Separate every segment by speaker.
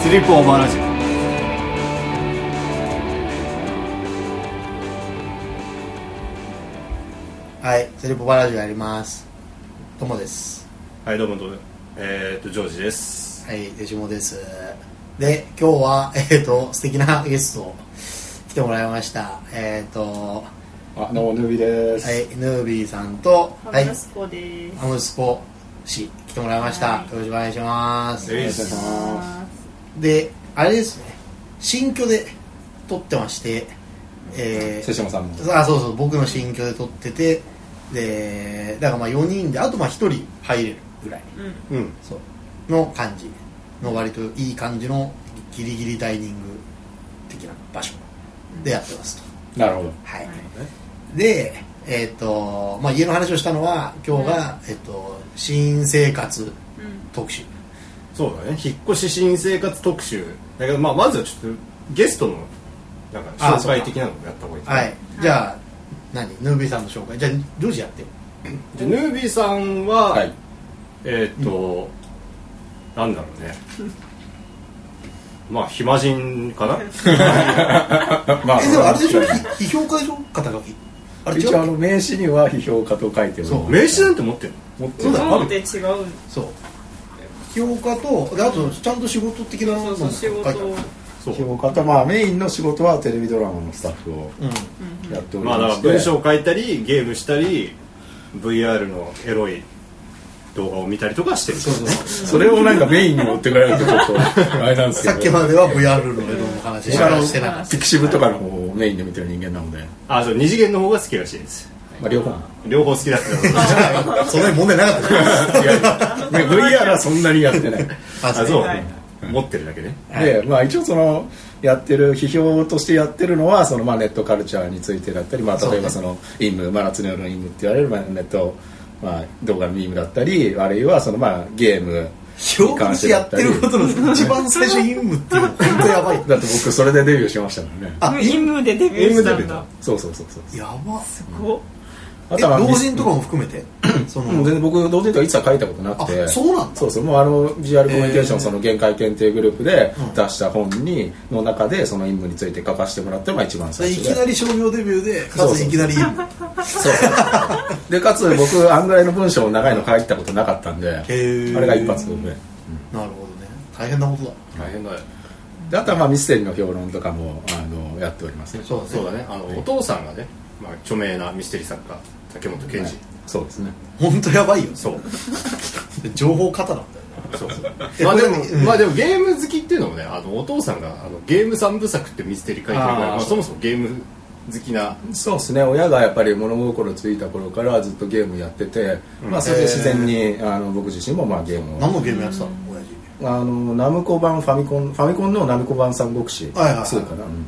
Speaker 1: スリップオーバーラジオ
Speaker 2: はい、セリポバラジオやります。ともです。
Speaker 3: はいどうもどうもえー、っとジョージです
Speaker 2: はい、吉本です。で、今日は、えっ、と、素敵なゲスト、来てもらいました。えっ、と、は
Speaker 4: あ、どうも、ヌービーです。
Speaker 2: い、ヌービーさんと、は
Speaker 5: ハ
Speaker 2: い
Speaker 5: ム、スコです。
Speaker 2: ハムスコ氏、来てもらいました。
Speaker 5: はい
Speaker 2: よろしくお願いします。
Speaker 3: えい
Speaker 4: お願いします
Speaker 2: で、あれですね、新居で撮ってまして、え
Speaker 4: 瀬島さんの。
Speaker 2: ー、あ、そうそう、僕の新居で撮ってて、で、だからまあ4人で、あとまあ1人入れるぐらい。
Speaker 5: うん。
Speaker 3: うん
Speaker 2: そうの感じの割といい感じのギリギリダイニング的な場所でやってますと、
Speaker 4: なるほど。
Speaker 2: はいでえっ、と、まあ、家の話をしたのは今日が、えっと新生活
Speaker 5: うん。
Speaker 2: 特集
Speaker 3: そうだね引っ越し新生活特集だけど、まあ、まずはちょっとゲストのなんか
Speaker 2: あ
Speaker 3: 紹介的なのもやった方がいいですね
Speaker 2: はいじゃあ何ヌービーさんの紹介じゃあジョージやってよ
Speaker 3: でヌービーさんは、
Speaker 4: はい。
Speaker 3: えー、っと、なんだろうねまあ暇人かな
Speaker 4: ま
Speaker 2: えでもあれでしょ
Speaker 4: ま
Speaker 2: 批評家でしょ肩書きあれ違
Speaker 4: 一応、あ
Speaker 2: う
Speaker 4: の、名刺には批評家と書いております。
Speaker 2: そう
Speaker 3: 名刺なんて持ってんの
Speaker 4: 持って
Speaker 2: そうだよ
Speaker 5: なんで違う
Speaker 2: そう批評家とであとちゃんと仕事的なの
Speaker 5: そ
Speaker 2: も
Speaker 5: うそう、仕
Speaker 2: 書い
Speaker 5: 事
Speaker 2: てある
Speaker 5: を。
Speaker 3: そう
Speaker 4: 批評家と、まあ、メインの仕事はテレビドラマのスタッフを
Speaker 2: うん
Speaker 4: やっておりま
Speaker 3: まあだから
Speaker 4: して、
Speaker 3: 文章を書いたりゲームしたり VR のエロい動画を見たりとかしてる
Speaker 2: そうそうそう
Speaker 4: それをなんかメインに持ってくれると、ちょっと、あれなんですけ
Speaker 2: さ
Speaker 4: ど。
Speaker 2: っきまでは VR のエロの話しかしてなかった
Speaker 4: ピクシブとかの方をメインで見てる人間なので、
Speaker 3: あそう二次元の方が好きらしいです
Speaker 4: まあ、両 方。
Speaker 3: 両方好きだ ったの
Speaker 2: そんなに問題なかったね
Speaker 4: 違う。ね VR はそんなにやってない。
Speaker 2: あ
Speaker 3: あそう、
Speaker 5: はい
Speaker 3: 持ってるだけね
Speaker 4: で、まあ、一応そのやってる批評としてやってるのはその、まあ、ネットカルチャーについてだったり、まあ、例えば
Speaker 2: そ
Speaker 4: そのイム、真夏の夜のイムって言われる、まあ、ネット、まあ、動画のイムだったりあるいはその、まあ、ゲーム
Speaker 2: 評価してやってることの一番最初に任務っていうの本当やばい
Speaker 4: だって僕それでデビューしましたからね
Speaker 2: あ
Speaker 5: 任務でデビューしたんだ。
Speaker 4: そうそうそうそう
Speaker 2: やば
Speaker 5: こ
Speaker 4: あ
Speaker 2: え
Speaker 4: とは
Speaker 2: 老
Speaker 4: ミス
Speaker 2: 人とかも含めてそ
Speaker 4: もう
Speaker 2: の
Speaker 4: 全然僕同人とか一切書いたことなくて
Speaker 2: あそうなんだ
Speaker 4: そうそうもうあのビジュアルコミュニケーション、
Speaker 2: へー
Speaker 4: その限界検定グループで
Speaker 2: うん
Speaker 4: 出した本に、の中でそのイムについて書かせてもらったのが一番
Speaker 2: そ
Speaker 4: 最
Speaker 2: れい
Speaker 4: 初で
Speaker 2: きなり商業デビューでかついきなり
Speaker 4: そうでかつ僕あんぐらいの文章長いの書いたことなかったんであ
Speaker 2: へー
Speaker 4: れが一発目
Speaker 2: なるほどね大変なことだ
Speaker 3: 大変だよ
Speaker 4: であとはまあミステリーの評論とかもあのやっておりますね
Speaker 2: そう
Speaker 3: そうだねあの、お父さんがね、まあ、著名なミステリー作家竹本健二、
Speaker 4: そうですね
Speaker 2: 本当やばいよ
Speaker 3: そう
Speaker 2: 情報過多なんだよ
Speaker 3: そう
Speaker 2: え
Speaker 3: まあでも、
Speaker 2: これうん
Speaker 3: まあでもゲーム好きっていうのもねあのお父さんがあのゲーム三部作ってミステリー書いてるから
Speaker 4: あー
Speaker 3: まあ、そもそもゲーム好きな
Speaker 4: そうですね親がやっぱり物心ついた頃からずっとゲームやってて、まあ、それで自然にあの僕自身もまあゲームを
Speaker 2: 何のゲームやってたの親父
Speaker 4: あのナムコ版ファミコンファミコンのナムコ版三国志
Speaker 2: はいはいはい
Speaker 4: そうかな、うん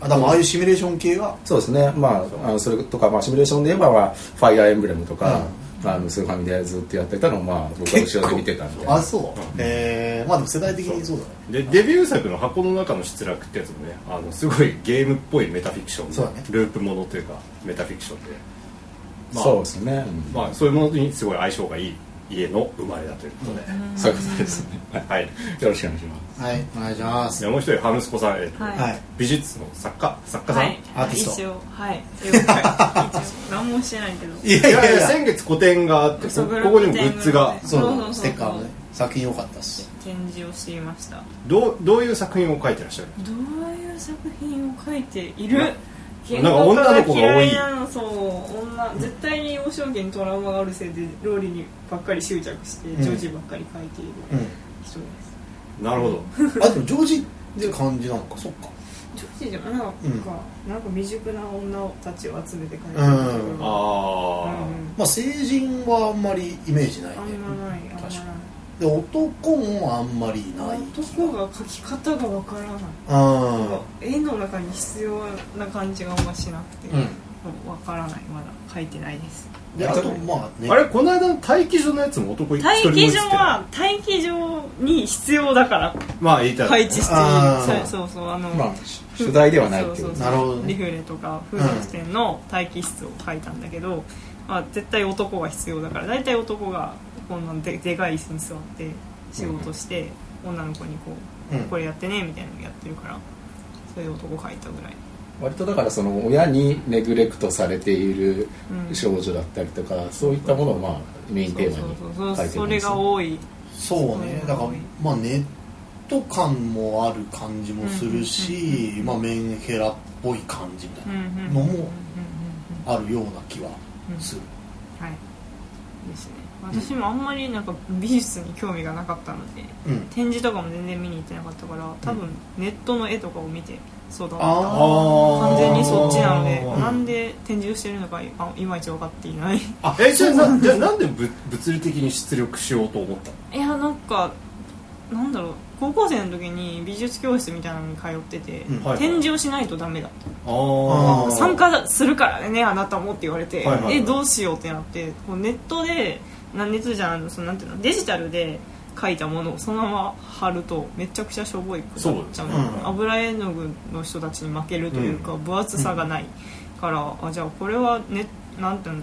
Speaker 2: あでもああいうシミュレーション系は
Speaker 4: そうですね、まあ、あのそれとか、まあ、シミュレーションで言えば、まあ、ファイアーエンブレムとか、あのスーファミでずっとやってたのを、まあ、僕は後ろで見てたんで、
Speaker 2: あそうえーまあでも世代的にそうだね
Speaker 3: でデビュー作の「箱の中の失落」ってやつもねあのすごいゲームっぽいメタフィクション
Speaker 2: そうだね
Speaker 3: ループものというかメタフィクションで、まあ
Speaker 4: そうですね、
Speaker 3: まあ、そういうものにすごい相性がいい家の生まれだということで、
Speaker 4: そういうことですね。
Speaker 3: はい
Speaker 4: よろしくお願いします。
Speaker 2: はいお願いします
Speaker 3: でもう一人ハムスコさん、えっと
Speaker 5: はい
Speaker 2: はい
Speaker 3: 美術の作家作家
Speaker 5: う。
Speaker 3: さ
Speaker 5: は
Speaker 3: ん、
Speaker 5: い。
Speaker 2: アーティスト
Speaker 5: 一応、 はい。一応、何もしてないけど。
Speaker 2: いや
Speaker 3: い
Speaker 2: いや
Speaker 3: や
Speaker 2: い
Speaker 3: い
Speaker 2: や
Speaker 3: や先月個展があってこ
Speaker 5: 嘘
Speaker 3: こ
Speaker 5: 黒
Speaker 3: こにもグッズが
Speaker 5: 展
Speaker 2: そう
Speaker 5: そうそうそう
Speaker 2: ステッカーもね作品良かったっす
Speaker 5: 展示をしていました。
Speaker 3: どうどういう作品を描いてらっしゃる
Speaker 5: どういう作品を書いている
Speaker 3: ななんか女の子が多い
Speaker 5: 原画家嫌なのそう女絶対に幼少期にトラウマがあるせいで料理にばっかり執着して、
Speaker 2: うん
Speaker 5: ジョージばっかり書いている
Speaker 2: うん
Speaker 5: 人です
Speaker 3: なるほど
Speaker 2: あでもジョージって感じなのかそっか
Speaker 5: ジョージじゃなんか、
Speaker 2: うん
Speaker 5: なんか未熟な女たちを集めて書いてるところ
Speaker 2: うん
Speaker 3: あ
Speaker 5: がうん
Speaker 2: まあ成人はあんまりイメージないね
Speaker 5: あんまないあんま
Speaker 2: 確か
Speaker 5: な
Speaker 2: で男もあんまりない
Speaker 5: い男が書き方がわからない
Speaker 2: うん
Speaker 5: 絵の中に必要な感じがあんましなくて、
Speaker 2: うん
Speaker 5: わからないまだ書いてないです
Speaker 2: であとまあね
Speaker 3: ああれこの間の待機所のやつも男一
Speaker 5: 待
Speaker 3: 人も映
Speaker 5: 機
Speaker 3: ってな
Speaker 5: 場
Speaker 3: い
Speaker 5: は待機場に必要だから
Speaker 3: まあ言いたい
Speaker 5: 配置してい
Speaker 2: あー
Speaker 5: るそうそうそうあの、
Speaker 4: まあ、取材ではないっていう
Speaker 5: そう
Speaker 4: こ
Speaker 5: そ
Speaker 4: と
Speaker 5: うそう
Speaker 2: なるほどね
Speaker 5: リフレとか風俗店の待機室を書いたんだけど、まあ、絶対男が必要だから大体男がこんなででかい椅子に座って仕事して、女の子にこう
Speaker 2: うん
Speaker 5: これやってねみたいなのやってるからそれで男書いたぐらい
Speaker 4: 割とだからその親にネグレクトされている少女だったりとか、そういったものをまあメインテーマに
Speaker 5: そうそ
Speaker 4: 書
Speaker 5: う
Speaker 4: いう
Speaker 5: そ
Speaker 4: てる
Speaker 5: そ
Speaker 4: ん
Speaker 5: れ
Speaker 4: です
Speaker 5: が
Speaker 4: よ
Speaker 5: 多い
Speaker 2: そうねだからまあネット感もある感じもするし、まあメンヘラっぽい感じみたい
Speaker 5: うん
Speaker 2: な、
Speaker 5: うんうん
Speaker 2: のも
Speaker 5: うんうんうん
Speaker 2: あるような気はする、
Speaker 5: はいですね私もあんまりなんか美術に興味がなかったので
Speaker 2: うん、
Speaker 5: 展示とかも全然見に行ってなかったから多分ネットの絵とかを見てそうだなと
Speaker 2: あー
Speaker 5: 完全にそっちなので
Speaker 2: ん
Speaker 5: なんで展示をしてるのかあいまいち分かっていない
Speaker 2: あ
Speaker 3: えじゃあなじゃあなんでぶ物理的に出力しようと思ったの
Speaker 5: いやなんかなんだろう高校生の時に美術教室みたいなのに通ってて、
Speaker 2: うん
Speaker 3: はい
Speaker 5: 展示をしないとダメだ
Speaker 3: あ
Speaker 2: あ
Speaker 3: あ
Speaker 2: ー
Speaker 5: 参加するからねあなたもって言われて、
Speaker 3: はいはいはい
Speaker 5: えどうしようってなってこうネットでなネットじゃんあのそのなんていうのデジタルで書いたものをそのまま貼るとめちゃくちゃしょぼいくなっちゃう
Speaker 2: そうですねうん
Speaker 5: 油絵の具の人たちに負けるというか、分厚さがないから、あじゃあこれはねなんていうの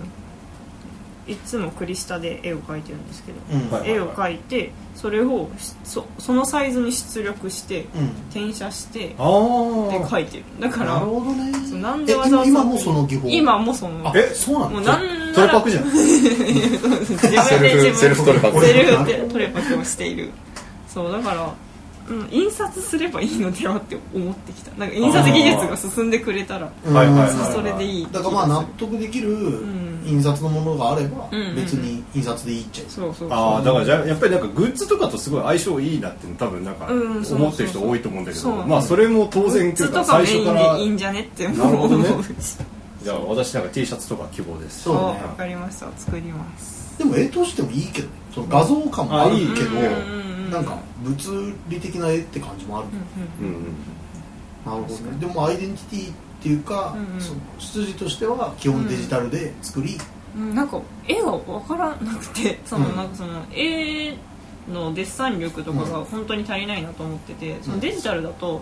Speaker 5: いつもクリスタで絵を描いてるんですけど、
Speaker 2: うんはい
Speaker 3: はい
Speaker 5: 絵を描いてそれをそそのサイズに出力して
Speaker 2: うん
Speaker 5: 転写してで
Speaker 3: あー
Speaker 5: 描いてるだか
Speaker 2: な
Speaker 5: ら
Speaker 2: るほどね
Speaker 5: そうなんでわざわ
Speaker 2: え
Speaker 5: ざ
Speaker 2: 今今もその技法
Speaker 5: 今もその
Speaker 2: あ
Speaker 5: え
Speaker 2: えそうな
Speaker 5: も
Speaker 2: の
Speaker 5: う
Speaker 2: だ
Speaker 5: なん
Speaker 3: ト
Speaker 5: な
Speaker 3: レパ
Speaker 5: ら
Speaker 3: クじゃん
Speaker 5: 自分で自分
Speaker 4: セルフセルフトレパク
Speaker 5: セルフでトレパクをしているそうだから、うん、印刷すればいいのではって思ってきたなんか印刷技術が進んでくれたら
Speaker 3: はいはいはい
Speaker 5: そうそれでいい
Speaker 2: だからまあ納得できる
Speaker 5: ん
Speaker 2: 印刷のものがあれば
Speaker 5: うん
Speaker 2: 別に印刷でいいっちゃい
Speaker 5: そうそうそう
Speaker 3: ああだからじゃやっぱりなんかグッズとかとすごい相性いいなっていうの多分なんか
Speaker 5: うんそうそうそう
Speaker 3: 思ってる人多いと思うんだけど、
Speaker 5: そう
Speaker 3: まあそれも当
Speaker 5: グ
Speaker 3: 然
Speaker 5: ッ
Speaker 3: という
Speaker 5: ズと
Speaker 3: か
Speaker 5: か
Speaker 3: 最
Speaker 5: メイ
Speaker 3: 初か
Speaker 5: ン
Speaker 3: ら
Speaker 5: でいいんじゃねって
Speaker 3: なる
Speaker 5: 思
Speaker 3: ほ
Speaker 5: う
Speaker 3: どね
Speaker 5: し
Speaker 3: じゃあ私なんか T シャツとか希望です
Speaker 2: そうだね
Speaker 5: わかりました作ります
Speaker 2: でも絵としてもいいけどねその画像感もあるけど
Speaker 5: あいいうんうんうん
Speaker 2: なんか物理的な絵って感じもある
Speaker 5: うん
Speaker 3: うんうん
Speaker 2: なるほどねでもアイデンティティっていうか
Speaker 5: うんうん
Speaker 2: その出自としては基本デジタルで作り
Speaker 5: うんなんか絵が分からなくて その
Speaker 2: うん
Speaker 5: なんかその絵のデッサン力とかが本当に足りないなと思っててそのデジタルだと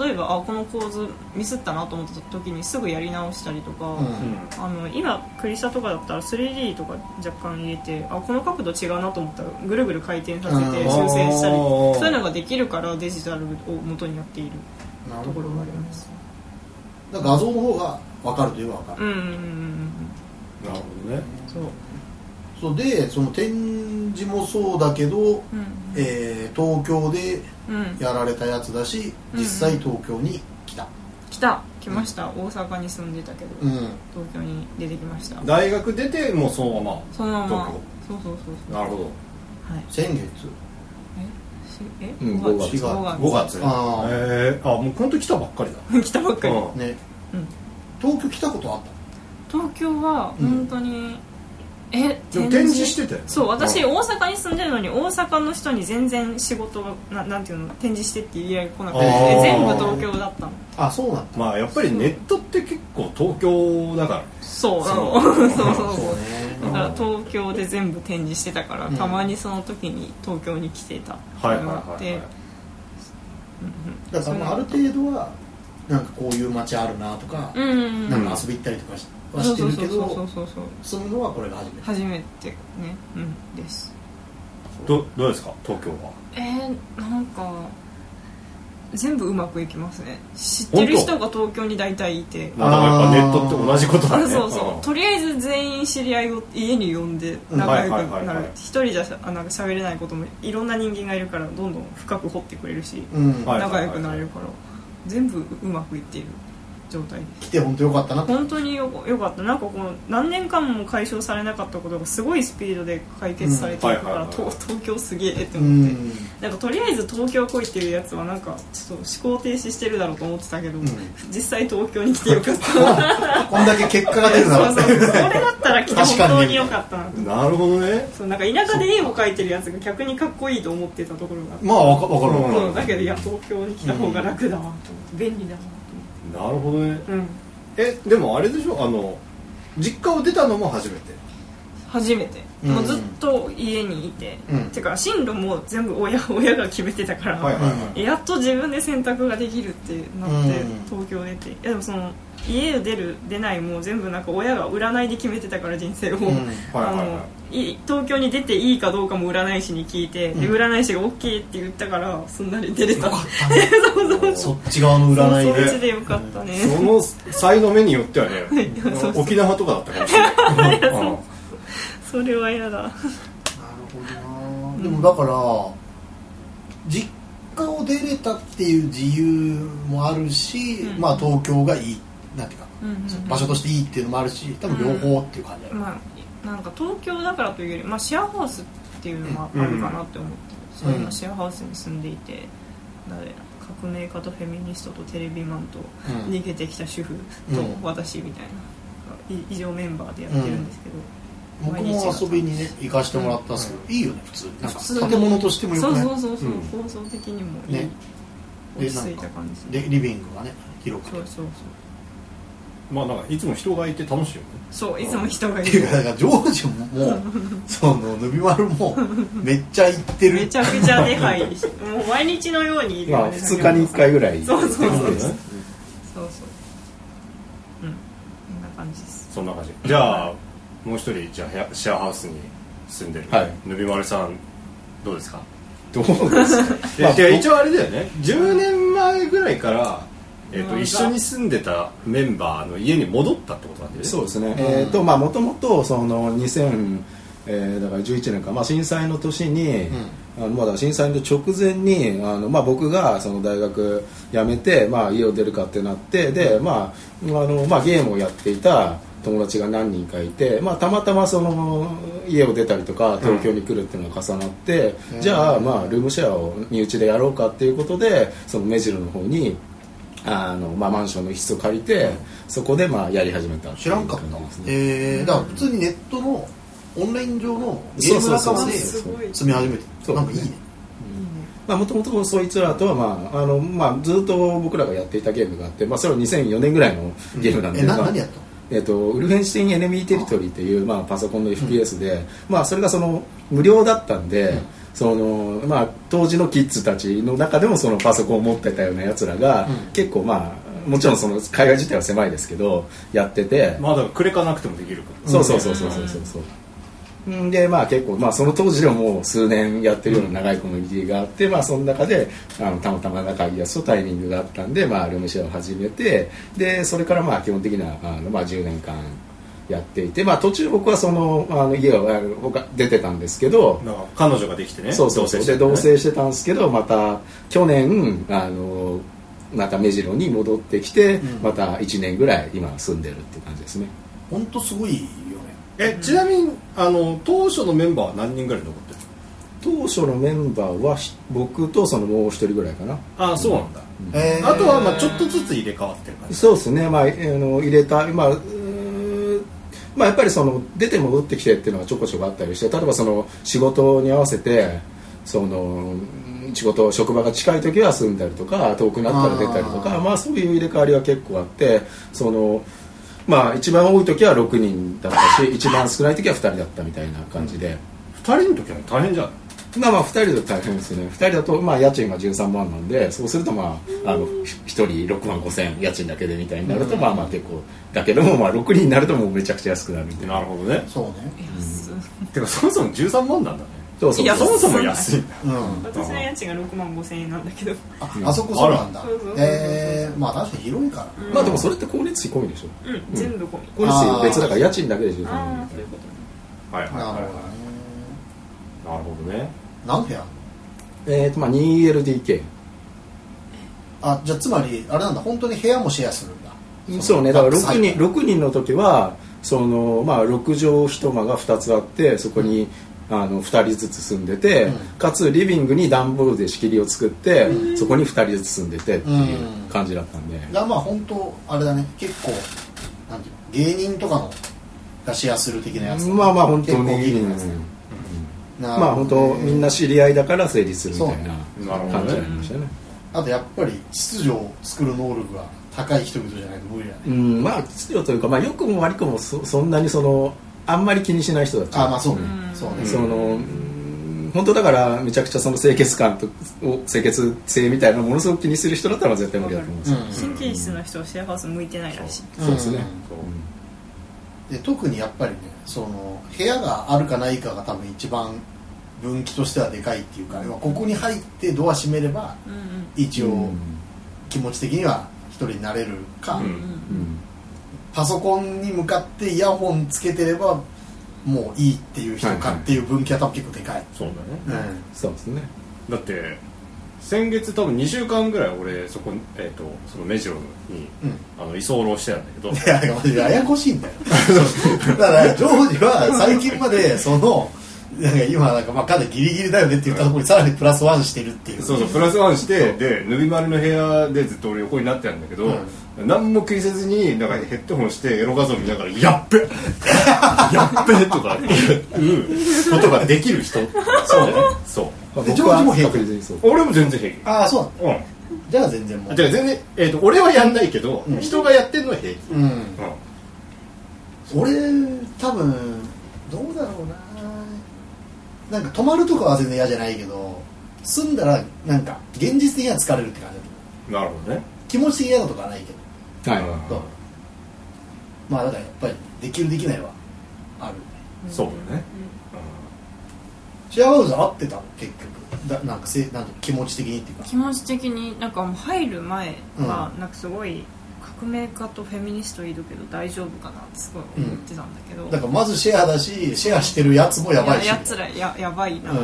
Speaker 5: 例えばあこの構図ミスったなと思った時にすぐやり直したりとか、
Speaker 2: うん
Speaker 5: あの今クリスタとかだったら 3D とか若干入れてあこの角度違うなと思ったらぐるぐる回転させて
Speaker 2: うん
Speaker 5: 修正したり
Speaker 3: あー
Speaker 5: そういうのができるからデジタルを元にやっている
Speaker 2: なる
Speaker 5: と
Speaker 2: ほ
Speaker 5: こ
Speaker 2: ど
Speaker 5: ろがあり
Speaker 2: ね
Speaker 5: ます。
Speaker 2: だから画像の方が分かるといえば分かる
Speaker 5: うんうんうんう
Speaker 3: な
Speaker 5: ん
Speaker 3: るほどね
Speaker 5: そう、
Speaker 2: そうでその展示もそうだけど、
Speaker 5: うん
Speaker 2: えー東京で
Speaker 5: うん、
Speaker 2: やられたやつだし
Speaker 5: うん
Speaker 2: 実際東京に来た、
Speaker 5: 来た来ました、大阪に住んでたけど、
Speaker 2: うん
Speaker 5: 東京に出てきました
Speaker 3: 大学出てもうそのま
Speaker 5: そのまま
Speaker 3: 東
Speaker 5: そうそうそう
Speaker 3: まなるほど
Speaker 5: そうはい
Speaker 2: 先月
Speaker 5: しえ
Speaker 4: うん
Speaker 5: 五
Speaker 4: 五
Speaker 2: 月
Speaker 5: 五
Speaker 3: 5月
Speaker 2: あー
Speaker 3: えー、あもうこの時来たばっかりだ
Speaker 5: 来たばっかり、
Speaker 3: うん
Speaker 2: ね、
Speaker 5: うん
Speaker 2: 東京来たことあった
Speaker 5: 東京は
Speaker 2: うん
Speaker 5: 本当に、え
Speaker 3: でも展示してたよね
Speaker 5: そう私
Speaker 3: ん
Speaker 5: 大阪に住んでるのに大阪の人に全然仕事がななんていうの展示してって言い合い来なくて
Speaker 3: あー
Speaker 5: 全部東京だったの
Speaker 2: あそうなんだ
Speaker 3: まあやっぱりネットって結構東京だから
Speaker 5: そうなの
Speaker 3: そう
Speaker 5: そうそう
Speaker 2: そうね
Speaker 5: だから東京で全部展示してたから、
Speaker 2: うん
Speaker 5: たまにその時に東京に来てたって
Speaker 3: はいいう
Speaker 5: のがあ
Speaker 3: は
Speaker 5: っ
Speaker 3: いはい、
Speaker 5: て
Speaker 3: はい
Speaker 2: だからまあある程度はなんかこういう街あるなとか、
Speaker 5: うんうんうん
Speaker 2: なんか遊び行ったりとかしはしてるけ
Speaker 5: そうそ
Speaker 2: ど
Speaker 5: うそうそうそう
Speaker 2: 住むのはこれが初めて
Speaker 5: 初めてね、うん、です
Speaker 3: どどうですか東京は
Speaker 5: えー、なんか全部うまくいきますね知ってる人が東京に大体いて
Speaker 3: まあだからやっぱネットって同じことだね
Speaker 5: そうそう、
Speaker 3: ん
Speaker 5: とりあえず全員知り合いを家に呼んで
Speaker 2: うん
Speaker 5: 仲良
Speaker 3: はいは
Speaker 5: く
Speaker 3: い
Speaker 5: な
Speaker 3: はいは
Speaker 5: る
Speaker 3: い
Speaker 5: 一人じゃしゃあなんか喋れないこともいろんな人間がいるからどんどん深く掘ってくれるし
Speaker 2: うん、
Speaker 3: はい
Speaker 5: 仲良くなれるから全部うまくいっている状態です
Speaker 2: 来て本当よかったなと
Speaker 5: 本当によよかったなんかこの何年間も解消されなかったことがすごいスピードで解決されていくか
Speaker 3: うんはい
Speaker 5: ら
Speaker 3: はいはい
Speaker 5: 東東京すげえって
Speaker 2: う
Speaker 5: 思って、
Speaker 2: ん
Speaker 5: なんかとりあえず東京来いっていうやつはなんかちょっと思考停止してるだろうと思ってたけど、
Speaker 2: ん
Speaker 5: 実際東京に来てよかった
Speaker 2: こんだけ結果が出るなら
Speaker 5: そうそうそれだったら来て本当によかったなと
Speaker 3: なるほどね
Speaker 5: そうなんか田舎で絵を描いてるやつが逆にかっこいいと思ってたところがあって
Speaker 2: まあわかわかるわかる
Speaker 5: そうだけどいや東京に来た方が楽だわと思って便利だわ
Speaker 3: なるほどね
Speaker 5: と思って、うん、
Speaker 3: えでもあれでしょあの実家を出たのも初めて
Speaker 5: 初めて、
Speaker 2: うん
Speaker 5: もうずっと家にいて、
Speaker 2: うん
Speaker 5: てか進路も全部親 親が決めてたから、
Speaker 3: はいはいはい、
Speaker 5: やっと自分で選択ができるってなって、
Speaker 2: うん
Speaker 5: 東京出ていやでもその家を出る出ないも全部なんか親が占いで決めてたから人生を、
Speaker 2: うん
Speaker 5: あの
Speaker 3: はいはいは
Speaker 5: い東京に出ていいかどうかも占い師に聞いて、で占い師が OK って言ったからすんなり出れた
Speaker 2: そっち側の占い
Speaker 5: そっち
Speaker 2: で
Speaker 5: でよかったね、
Speaker 3: その才能目によってはね
Speaker 5: そうそう
Speaker 3: 沖縄とかだったかもしれない
Speaker 4: うん
Speaker 5: それは嫌だ
Speaker 2: なるほどなでもだから実家を出れたっていう自由もあるし、
Speaker 5: うん
Speaker 2: まあ東京がいいなんていうか、
Speaker 5: うんうんうん
Speaker 2: その場所としていいっていうのもあるし多分両方っていう感じだよね、
Speaker 5: まあなんか東京だからというより、まあ、シェアハウスっていうのもあるかなって思って、
Speaker 2: うん
Speaker 5: そう今シェアハウスに住んでいて、誰革命家とフェミニストとテレビマンと
Speaker 2: うん
Speaker 5: 逃げてきた主婦
Speaker 2: うん
Speaker 5: と私みたいな、い異常メンバーでやってるんですけど、
Speaker 2: 僕も遊びにね行かしてもらったんですけど、いいよね普通になん
Speaker 5: 普通
Speaker 2: か建物としてもよく
Speaker 5: そう
Speaker 2: ない
Speaker 5: そうそうそう、
Speaker 3: うん
Speaker 5: 構造的にもいい、
Speaker 2: ねで
Speaker 5: 落ち着いた感じ
Speaker 2: でリビングがね広く
Speaker 5: そ
Speaker 2: て
Speaker 5: う
Speaker 2: っ
Speaker 5: そう
Speaker 3: まあなんかいつも人がいて楽しいよね
Speaker 5: そうそういつも人がい
Speaker 2: て いう
Speaker 5: る
Speaker 2: かだからジョージももうそのぬびまるもめっちゃ行ってる
Speaker 5: めちゃくちゃ出入りしもう毎日のようにいる
Speaker 4: ま
Speaker 5: よ
Speaker 4: あ
Speaker 5: ね
Speaker 4: 2日に1回ぐらい
Speaker 5: そうそうそう
Speaker 4: 行って
Speaker 5: そ
Speaker 4: て
Speaker 5: うそうそううんこんな感じです
Speaker 3: そんな感じじゃあもう一人じゃあ部屋シェアハウスに住んでる、
Speaker 4: はい
Speaker 3: ぬびまるさんどうですか
Speaker 4: どうですかまあ
Speaker 3: いや一応あれだよね10年前ぐらいから、えっ
Speaker 5: う
Speaker 3: と
Speaker 5: わ
Speaker 3: 一緒に住んでたメンバーの家に戻ったってことなんだよね
Speaker 4: そうですね、
Speaker 2: ん
Speaker 4: えーとまあもともとその2000、えーだから11年か、まあ、震災の年に、あのまあだから震災の直前にあの、まあ、僕がその大学辞めて、まあ、家を出るかってなってで、まああのまあ、ゲームをやっていた友達が何人かいて、まあ、たまたまその家を出たりとか東京に来るっていうのが重なって、
Speaker 2: うん
Speaker 4: じゃあ、まあ、ルームシェアを身内でやろうかっていうことでその目白の方にあの、まあ、マンションの一室を借りて、そこでまあやり始めたって
Speaker 2: 知
Speaker 4: いう
Speaker 2: らんかった
Speaker 4: 感
Speaker 2: わ
Speaker 4: じですね
Speaker 2: えー、だから普通にネットのオンライン上のゲーム仲間で
Speaker 4: そう
Speaker 5: す
Speaker 2: 住
Speaker 5: ごいいいね
Speaker 2: み始めて
Speaker 4: そう
Speaker 2: なんかいいね
Speaker 4: まあ、もともとそいつらとは、まああのまあ、ずっと僕らがやっていたゲームがあって、まあ、それは2004年ぐらいのゲームなんで、
Speaker 2: えな
Speaker 4: まあ
Speaker 2: 何やったの
Speaker 4: えっとウルフェンシュテイン・エネミー・テリトリーっていうまあ、パソコンの FPS で、まあ、それがその無料だったんで、そのまあ、当時のキッズたちの中でもそのパソコンを持ってたようなやつらが、
Speaker 2: うん
Speaker 4: 結構、まあ、もちろんその会話自体は狭いですけどやってて、
Speaker 3: まあだからくれかなくてもできるか
Speaker 4: そうそうそうそうそうそうそううんでまあ結構、まあ、その当時でももう数年やってるような長いコミュニティがあって、まあその中であのたまたま仲いいやつとタイミングがあったんで、まあ、ルームシェアを始めてでそれからまあ基本的なあの、まあ、10年間やっていて、まあ、途中僕はそのあの家をあの他出てたんですけど、
Speaker 3: らなんか彼女ができてね
Speaker 4: そうそうそうで
Speaker 3: 同
Speaker 4: 同
Speaker 3: 棲し
Speaker 4: 棲し
Speaker 3: てね
Speaker 4: てたんですけどまた去年あのまた目白に戻ってきて、
Speaker 2: うん
Speaker 4: また1年ぐらい今住んでるって感じですね
Speaker 2: 本当すごいよね
Speaker 3: えちなみにあの当初のメンバーは何人ぐらい残ってる
Speaker 4: 当初のメンバーはひ僕とそのもう一人ぐらいかな
Speaker 3: ああそうなんだ、
Speaker 2: えー
Speaker 3: あとはまあちょっとずつ入れ替わってる感じ
Speaker 4: そうですねまああの入れたまあうーまあやっぱりその出て戻ってきてっていうのがちょこちょこあったりして例えばその仕事に合わせてその仕事職場が近い時は住んだりとか遠くなったら出たりとか
Speaker 2: あー
Speaker 4: まあそういう入れ替わりは結構あってそのまあ一番多い時は6人だったし一番少ない時は2人だったみたいな感じで。
Speaker 3: 2人の時は大変じゃん
Speaker 4: まあまあ2人だと大変ですよね2人だとまあ家賃が13万なんでそうするとまああの1人6万5千家賃だけでみたいになるとまあまあ結構だけどもまあ6人になるともうめちゃくちゃ安くなるみたいな
Speaker 3: なるほどね
Speaker 2: そうね
Speaker 5: 安い
Speaker 3: てかそもそも13万なんだね
Speaker 4: そうそう
Speaker 5: いや
Speaker 3: そもそも安い
Speaker 2: うん
Speaker 5: 私の家賃が6万5千円なんだけど
Speaker 2: あ
Speaker 4: うん
Speaker 2: あそこそうなんだ
Speaker 5: あらそうそうそうそう
Speaker 2: えー、まあ確かに広いから
Speaker 4: まあでもそれって光熱費込みでしょ
Speaker 5: うん、全部込み
Speaker 4: 光熱費別だから家賃だけで13万
Speaker 5: ああ
Speaker 4: み
Speaker 5: そ
Speaker 4: たい
Speaker 5: ういう
Speaker 4: な
Speaker 5: こ
Speaker 3: は
Speaker 5: とね
Speaker 3: いはいはい
Speaker 2: なるほどね
Speaker 3: は、いなるほどね
Speaker 2: 何部屋あんの
Speaker 4: えっとまあ 2LDK
Speaker 2: あじゃあつまりあれなんだ本当に部屋もシェアするんだ
Speaker 4: そうねだから
Speaker 2: サイ
Speaker 4: 6
Speaker 2: ズ
Speaker 4: 人6人の時はその、まあ、6畳一間が2つあってそこに、あの2人ずつ住んでて、
Speaker 2: うん
Speaker 4: かつリビングに段ボールで仕切りを作って、そこに2人ずつ住んでてっていう
Speaker 2: うん
Speaker 4: 感じだったんで、
Speaker 2: だからまあ本当あれだね結構なんていうの芸人とかのがシェアする的なやつ
Speaker 4: まあまあ本当
Speaker 2: 結構
Speaker 4: に、
Speaker 2: ギリ
Speaker 4: う
Speaker 2: の
Speaker 4: ん
Speaker 2: やつねなるほど
Speaker 4: まあ本当みんな知り合いだから成立するみたいな
Speaker 3: そうなるほどね
Speaker 4: 感じになりましたね
Speaker 2: あとやっぱり秩序を作る能力が高い人々じゃないと無理だね
Speaker 4: うんまあ秩序というか、まあ、良くも悪くもそそんなにそのあんまり気にしない人たち
Speaker 2: あまあそうね
Speaker 5: うん
Speaker 2: そうね
Speaker 4: その本当だからめちゃくちゃその清潔感とを清潔性みたいなのをものすごく気にする人だったら絶対無理だと思うんですよ、
Speaker 2: うん
Speaker 5: 神経質な人はシェアハウス向いてないらしい
Speaker 4: そうですね
Speaker 3: そう
Speaker 2: でで特にやっぱりねその部屋があるかないかが多分一番分岐としてはでかいっていうか要はここに入ってドア閉めれば
Speaker 5: うんうん
Speaker 2: 一応気持ち的には一人になれるか、
Speaker 3: うん
Speaker 5: うん
Speaker 4: うん
Speaker 2: パソコンに向かってイヤホンつけてればもういいっていう人
Speaker 4: はい
Speaker 2: か
Speaker 4: はい
Speaker 2: っていう分岐は多分結構でかい、
Speaker 3: そうだね
Speaker 2: うん
Speaker 4: そうですね
Speaker 3: だって先月多分2週間ぐらい俺そこ、えー、とその目白に
Speaker 2: うん
Speaker 3: あの居候してたんだけ
Speaker 2: い
Speaker 3: ど
Speaker 2: や、マジでややこしいんだよ。だから、ジョージは最近まで、その、なんか今、なんか、まあ、かなりギリギリだよねって言ったところにさらにプラスワンしてるっていう。
Speaker 3: そうそうプラスワンしてでぬび丸の部屋でずっと俺横になってたんだけど、何も気にせずになんかヘッドホンしてエロ画像見ながら「やっべやっべ!」とかっていうことができる人そうねそう
Speaker 4: まあ僕
Speaker 2: で
Speaker 4: は
Speaker 2: ジョージも平気
Speaker 4: 確実にそう
Speaker 3: 俺も全然平気
Speaker 2: ああ、そう
Speaker 3: うん
Speaker 2: じゃあ全然もう。
Speaker 3: あ違う全然、えー、と俺はやんないけど、
Speaker 2: うん
Speaker 3: 人がやってんのは平気、
Speaker 2: うん。
Speaker 3: うん
Speaker 2: 俺、多分、どうだろうななんか、泊まるとかは全然嫌じゃないけど、住んだら、なんか、現実的には疲れるって感じだと思う
Speaker 3: なるほどね
Speaker 2: 気持ち的に嫌なとかはないけど。
Speaker 4: は
Speaker 2: そうまあ、だからやっぱり、できるできないは、ある。
Speaker 3: そうだね、
Speaker 2: シェアハウス合ってたの結局だなんかせなんていうの気持ち的にっていうか
Speaker 5: 気持ち的になんかもう入る前はなんかすごい革命家とフェミニストいるけど大丈夫かなってすごい思ってたんだけど、
Speaker 2: だからまずシェアだしシェアしてるやつもやばいし
Speaker 5: ややつらややばいな、
Speaker 2: うん
Speaker 5: フ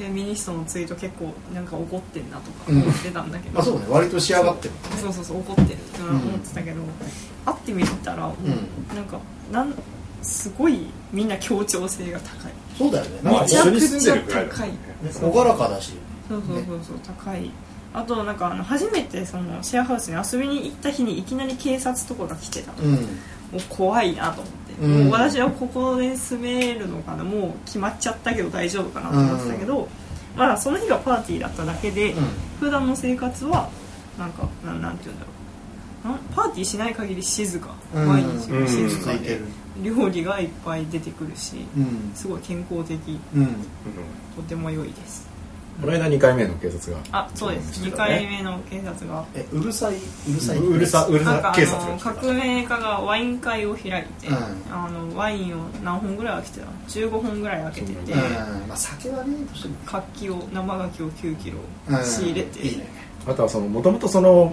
Speaker 5: ェミニストのツイート結構なんか怒ってんなとか思ってたんだけど、
Speaker 2: まあそうね割と仕上がってる
Speaker 5: そうそうそう怒ってるって思ってたけど、会ってみたら、
Speaker 2: うん
Speaker 5: なんかなんすごいみんな協調性が高い
Speaker 2: そうだよね
Speaker 3: うんま
Speaker 2: な
Speaker 3: あ
Speaker 2: んか
Speaker 5: めち
Speaker 3: 一
Speaker 5: ゃ
Speaker 3: 緒に住んで
Speaker 5: くちゃ
Speaker 3: るぐらいだもんね
Speaker 2: おおがらかだし
Speaker 5: そうそうそうそう、高いあとなんかあの初めてそのシェアハウスに遊びに行った日にいきなり警察とかが来てたの、
Speaker 2: うん
Speaker 5: もう怖いなと思って、
Speaker 2: うん
Speaker 5: もう私はここで住めるのかなもう決まっちゃったけど大丈夫かなと思ってたけど、まあその日がパーティーだっただけで、普段の生活はなんかなんなんて言うんだろうなんパーティーしない限り静か、
Speaker 2: うん
Speaker 5: 毎日
Speaker 3: うん
Speaker 5: 静
Speaker 2: 続
Speaker 5: か
Speaker 2: いて
Speaker 5: で
Speaker 2: る、
Speaker 5: 料理がいっぱい出てくるし
Speaker 2: うん
Speaker 5: すごい健康的
Speaker 2: うん
Speaker 3: う
Speaker 5: とても良いです
Speaker 4: いこの間2回目の警察が
Speaker 5: あそうです、
Speaker 4: そう
Speaker 5: 2
Speaker 4: だね
Speaker 5: 回目の警察が
Speaker 2: えうるさいうるさい
Speaker 3: んうるさうる
Speaker 5: なん
Speaker 3: さ
Speaker 5: かあ
Speaker 3: 警察
Speaker 5: の
Speaker 3: が来た
Speaker 5: 革命家がワイン会を開いて、
Speaker 2: うん
Speaker 5: あのワインを何本ぐらい開けてたの15本ぐらい開けてて、
Speaker 2: うんまあ酒はねどうしても
Speaker 5: 活気を生牡蠣を9キロ
Speaker 2: うん
Speaker 5: 仕入れて、
Speaker 2: いいね
Speaker 4: あとはそのもともとその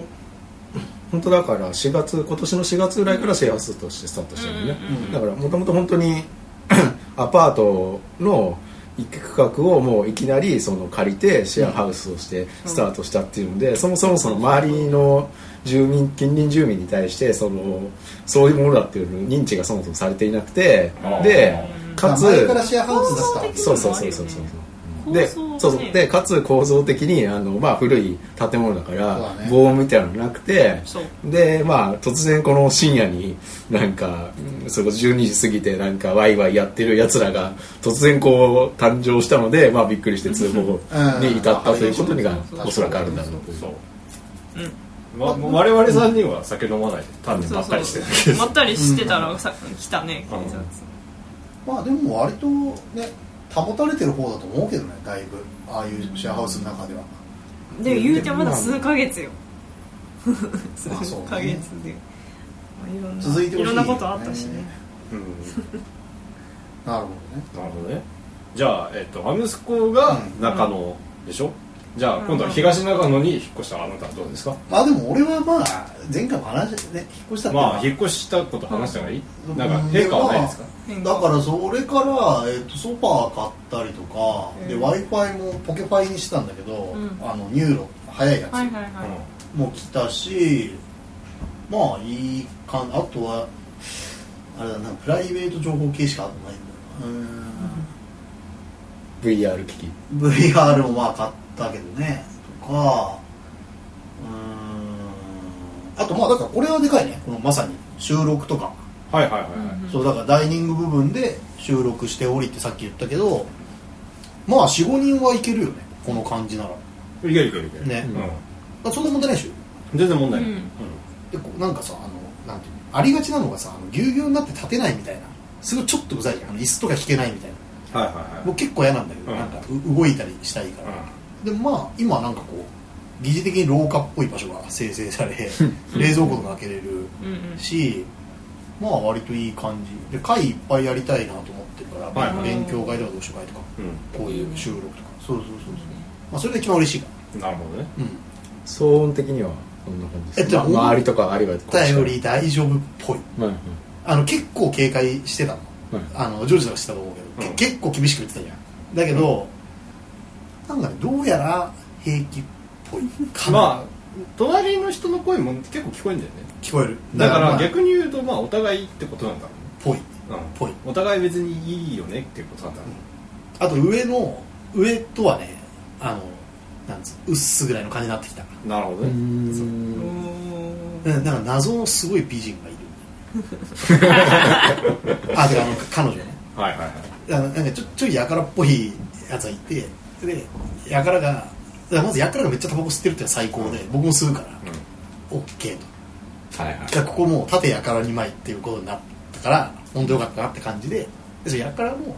Speaker 4: 本当だから4月今年の4月ぐらいからシェアハウスとしてスタートしたのね、
Speaker 5: うんうんうん
Speaker 4: だからもともと本当に アパートの一区画をもういきなりその借りてシェアハウスをしてスタートしたっていうんで、そもそもその周りの住民近隣住民に対してそのそういうものだっていう認知がそもそもされていなくて
Speaker 3: あー
Speaker 4: でかつ
Speaker 2: まあ前からシェアハウスだったわけ
Speaker 4: そうそうそうそうそう
Speaker 5: 構
Speaker 4: で
Speaker 5: 造がね
Speaker 4: そうそうでかつ構造的にあの、まあ、古い建物だから
Speaker 2: そうだね
Speaker 4: 防音みたいなのなくて
Speaker 5: そう
Speaker 4: でまあ突然この深夜になんかうんそれこそ12時過ぎてなんかワイワイやってるやつらが突然こう誕生したので、まあ、びっくりして通報に至ったということにが
Speaker 5: うん
Speaker 4: おそらくあるんだろうという
Speaker 3: そう
Speaker 5: うん
Speaker 3: わ我々3人は酒飲まないで単に
Speaker 5: そ
Speaker 3: ば
Speaker 5: う
Speaker 3: っか
Speaker 5: そう
Speaker 3: りしてるだけです
Speaker 5: まったりしてたらさ、来たね警察
Speaker 2: まあでも割とね保たれてる方だと思うけどねだいぶああいうシェアハウスの中では
Speaker 5: で言うてまだ数ヶ月よ数
Speaker 2: まあそうね
Speaker 5: ヶ月で、まあ、いろんな
Speaker 2: 続いてほしい
Speaker 5: ろんなことあったしね
Speaker 3: うん
Speaker 2: なるほ
Speaker 3: なるほどねじゃあ、えっとアムスコが中野でしょ、じゃあ今度は東中野に引っ越したあなたはどうですか、
Speaker 2: まあでも俺はまあ前回も話してね引っ越したっていうのは
Speaker 3: まあ引っ越したこと話した方がいい、
Speaker 2: うん
Speaker 3: なんか変化はないですか、
Speaker 5: 変化
Speaker 2: だからそれから、えっとソファー買ったりとか、で
Speaker 5: うん
Speaker 2: w i f i もポケファイにしたんだけど、
Speaker 5: うん
Speaker 2: あのニューロ早いやつ、
Speaker 5: はいはいはい、
Speaker 2: も来たしまあいい感あとはあれだなプライベート情報系しかあんまないんだよな
Speaker 4: VR 機器
Speaker 2: うーん VR もまあ買ったけどねとかうーんあとまあだからこれはでかいねこのまさに収録とか
Speaker 3: はいはいはいはい、
Speaker 5: うん
Speaker 2: そうだからダイニング部分で収録しておりってさっき言ったけどまあ45人はいけるよねこの感じなら
Speaker 3: いけるいけるいける
Speaker 2: ね
Speaker 3: うん
Speaker 4: うん
Speaker 2: だそんな問題ないでしょ
Speaker 3: 全然問題ない、
Speaker 5: うん
Speaker 2: でこうなんかさあのなんていうのありがちなのがさあのぎゅうぎゅうになって立てないみたいなすごいちょっとうざいじゃんあの椅子とか引けないみたいな
Speaker 3: はいはいはい
Speaker 2: 僕結構嫌なんだけど、
Speaker 3: うん
Speaker 2: なんかう動いたりしたいから、でもまあ今なんかこう疑似的に廊下っぽい場所が生成され冷蔵庫とか開けれる
Speaker 5: うんうん
Speaker 2: しまあ割といい感じで会いっぱいやりたいなと思ってるから、
Speaker 3: はいはい
Speaker 2: 勉強会とか同書会とか
Speaker 3: う
Speaker 2: こういう収録とかそうそうそうそう、まあ、それが一番嬉しいか
Speaker 3: んなるほどね
Speaker 2: ら、うん、
Speaker 4: 騒音的にはこんな感じです
Speaker 2: えっと
Speaker 4: ま周りとかあるいはこっち
Speaker 2: お
Speaker 4: から
Speaker 2: 便り大丈夫っぽい
Speaker 4: はいはい
Speaker 2: あの結構警戒してたの
Speaker 4: はい
Speaker 2: あのジョージとかしてたと思うけど、
Speaker 3: うん
Speaker 2: け結構厳しく言ってたじゃんだけど、なんかねどうやら平気っぽいかな、
Speaker 3: まあ隣の人の声も結構聞こえるんだよね
Speaker 2: 聞こえる
Speaker 3: だか
Speaker 2: ま
Speaker 3: ら
Speaker 2: あ
Speaker 3: 逆に言うとまあお互いってことなんだろ
Speaker 2: ぽいっ
Speaker 3: うね
Speaker 2: ぽい
Speaker 3: うんお互い別にいいよねっていうことなんだろ
Speaker 2: あと上の上とはねあのなんつううっすぐらいの感じになってきた
Speaker 3: うなるほど
Speaker 4: うー
Speaker 3: ね
Speaker 5: うんん
Speaker 2: うんなんか謎のすごい美人がいるあであの彼女ね
Speaker 3: はいはいはい
Speaker 2: あのなんかちょちょいやからっぽいやつがいてでやからがだからまずやからがめっちゃタバコ吸ってるってのは最高で僕も吸うから
Speaker 3: うん
Speaker 2: OK と
Speaker 3: はいはい
Speaker 2: じゃあここもう縦やから2枚っていうことになったから本当よかったなって感じででそのやからも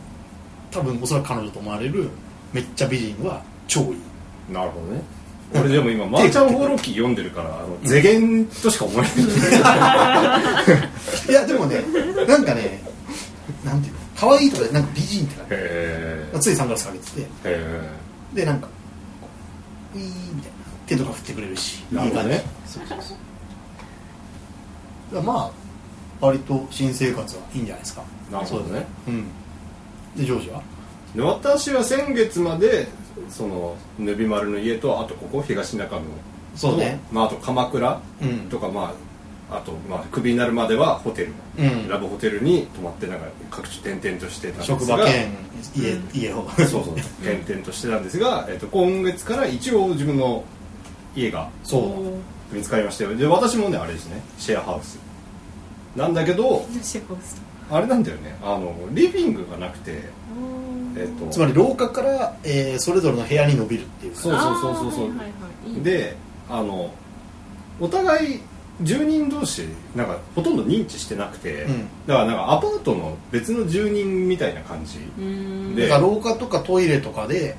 Speaker 2: 多分おそらく彼女と思われるめっちゃ美人は超いい
Speaker 3: なるほどね俺でも 今マーチャンフォローキー読んでるからあの世言としか思えない
Speaker 2: いやでもねなんかねなんていうの可愛いとかでなんか美人って感
Speaker 3: へ
Speaker 2: じついサングラスかけてて
Speaker 3: えへ
Speaker 2: で
Speaker 3: え
Speaker 2: なんかいいみたいな手とか振ってくれるし
Speaker 3: なるほどね
Speaker 2: いい感じそうそうそうだからまあ割と新生活はいいんじゃないですか
Speaker 3: なるほどね
Speaker 2: そうだねうんでジョージは
Speaker 3: で私は先月までそのぬび丸の家とあとここ東中野
Speaker 2: そうね
Speaker 3: まあ、あと鎌倉
Speaker 2: うん
Speaker 3: とか、まああと、まあ、クビになるまではホテル、
Speaker 2: うん
Speaker 3: ラブホテルに泊まってなんか各地転々としてたんですが
Speaker 2: 職場兼家
Speaker 5: うん
Speaker 2: 家を
Speaker 3: そうそう転々としてたんですが、えっと、今月から一応自分の家が
Speaker 2: そう
Speaker 3: 見つかりましたよで私もねあれですねシェアハウスなんだけど
Speaker 5: シェフさん
Speaker 3: あれなんだよねあのリビングがなくてえっと
Speaker 2: つまり廊下から、えーそれぞれの部屋に伸びるっていう
Speaker 3: そうそうそうそうそう
Speaker 5: あーはいはいはい、
Speaker 3: であのお互い住人同士なんかほとんど認知してなくて、
Speaker 2: うん
Speaker 3: だからなんかアパートの別の住人みたいな感じ
Speaker 5: うーん
Speaker 3: で
Speaker 2: だから廊下とかトイレとかです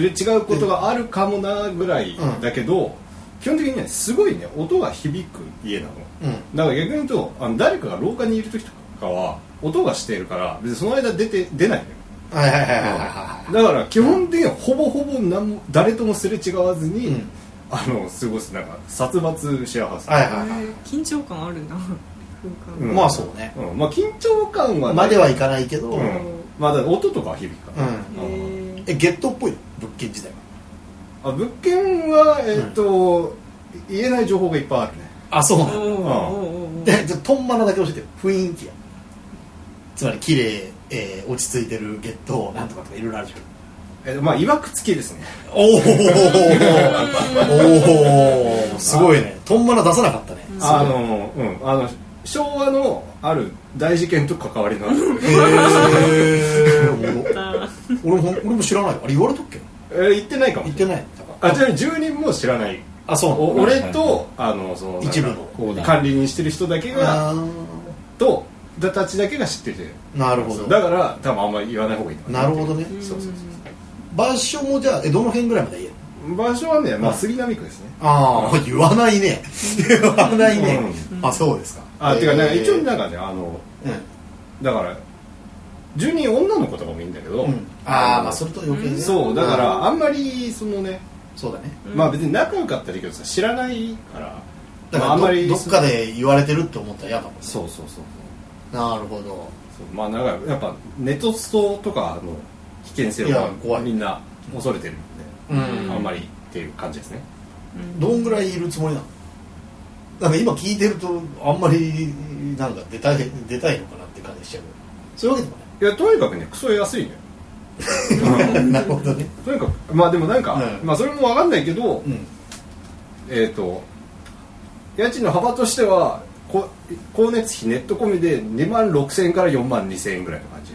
Speaker 3: れ違うことがあるかもなぐらい
Speaker 2: うん
Speaker 3: だけど、基本的にねすごいね音が響く家なの
Speaker 2: うん
Speaker 3: だから逆に言うとあの誰かが廊下にいる時とかは音がしているから別にその間出て出ないのよ
Speaker 2: はいはいはいはいはいはい
Speaker 3: だから基本的にはほぼほぼ何も誰ともすれ違わずに、
Speaker 2: うん
Speaker 3: あの過ごすなんか殺伐シェアハウス、
Speaker 2: はいは
Speaker 5: え
Speaker 2: いはい
Speaker 5: ー緊張感あるな空間
Speaker 3: うん
Speaker 2: まあそうね
Speaker 3: うんまあ緊張感はない
Speaker 2: まではいかないけど、
Speaker 3: う
Speaker 2: うん
Speaker 3: んまあだから音とかは響くから、
Speaker 5: えー
Speaker 2: えゲットっぽいの物件自体は
Speaker 3: あ物件はえっ、と、言えない情報がいっぱいあるね
Speaker 2: あそう
Speaker 5: お
Speaker 2: な
Speaker 5: ー
Speaker 2: の
Speaker 5: おーおーおー
Speaker 2: でじゃあトンマナだけ教えてよ雰囲気やつまり綺麗、えー、落ち着いてるゲットなんとかとかいろいろあるじゃん
Speaker 3: えっとまあいわくつきですね
Speaker 2: おおおおすごいねトンマナ出さなかったね
Speaker 5: うん
Speaker 3: あのうんあの昭和のある大事件と関わりのある
Speaker 2: へえ
Speaker 5: あー
Speaker 2: 俺も俺も知らないあれ言われたっけ
Speaker 3: えー言ってないかも
Speaker 2: 言ってない
Speaker 3: あちなみに住人も知らない
Speaker 2: あそう
Speaker 3: お
Speaker 4: はい
Speaker 3: 俺とあのそのなんか
Speaker 2: 一部の
Speaker 4: こうだ
Speaker 3: 管理人してる人だけが
Speaker 2: あ
Speaker 3: とたちだけが知ってて
Speaker 2: ーなるほ
Speaker 3: だ
Speaker 2: ど
Speaker 3: から多分あんまり言わない方がいいか
Speaker 2: なるほどね
Speaker 3: そうそうそう
Speaker 2: 場所もじゃあえどの辺ぐらいまで言える
Speaker 3: 場所はね、まあ、杉並区ですね
Speaker 2: ああ言わないね言わないね
Speaker 5: うん
Speaker 2: あそうですか
Speaker 3: あ、てかなんか一応
Speaker 2: うん
Speaker 3: なんかねあのだから住人女の子とかもいいんだけど、
Speaker 2: うんああまあそれと余計ね
Speaker 3: そうだか
Speaker 2: あ
Speaker 3: ら
Speaker 2: ー
Speaker 3: あんまりそのね、
Speaker 2: そうだね
Speaker 5: うん
Speaker 3: まあ別に仲良かったらいいけどさ知らないから
Speaker 2: だか
Speaker 3: ま
Speaker 2: ら
Speaker 3: あ、あんま
Speaker 2: ど
Speaker 3: り
Speaker 2: どっかで言われてるって思ったら嫌だもんね
Speaker 3: そうそうそう
Speaker 2: なるほど
Speaker 3: そうまあなんかやっぱネットストとかの危険性
Speaker 2: い
Speaker 3: は
Speaker 2: や怖い
Speaker 3: みんな恐れてるん
Speaker 2: う
Speaker 3: で、
Speaker 2: ん
Speaker 3: あんまりっていう感じですね
Speaker 5: うん
Speaker 2: どんぐらいいるつもりなのなんか今聞いてるとあんまりなんか出たい出たいのかなって感じしちゃうそういうわけでもない
Speaker 3: いやとにかくねクソ安いのよ
Speaker 2: なるほどね。
Speaker 3: とにかくまあでもなんか、
Speaker 2: うん
Speaker 3: まあそれも分かんないけど、
Speaker 2: うん。
Speaker 3: えっ、と家賃の幅としてはこ光熱費ネット込みで2万6000円から4万2000円ぐらいの感じ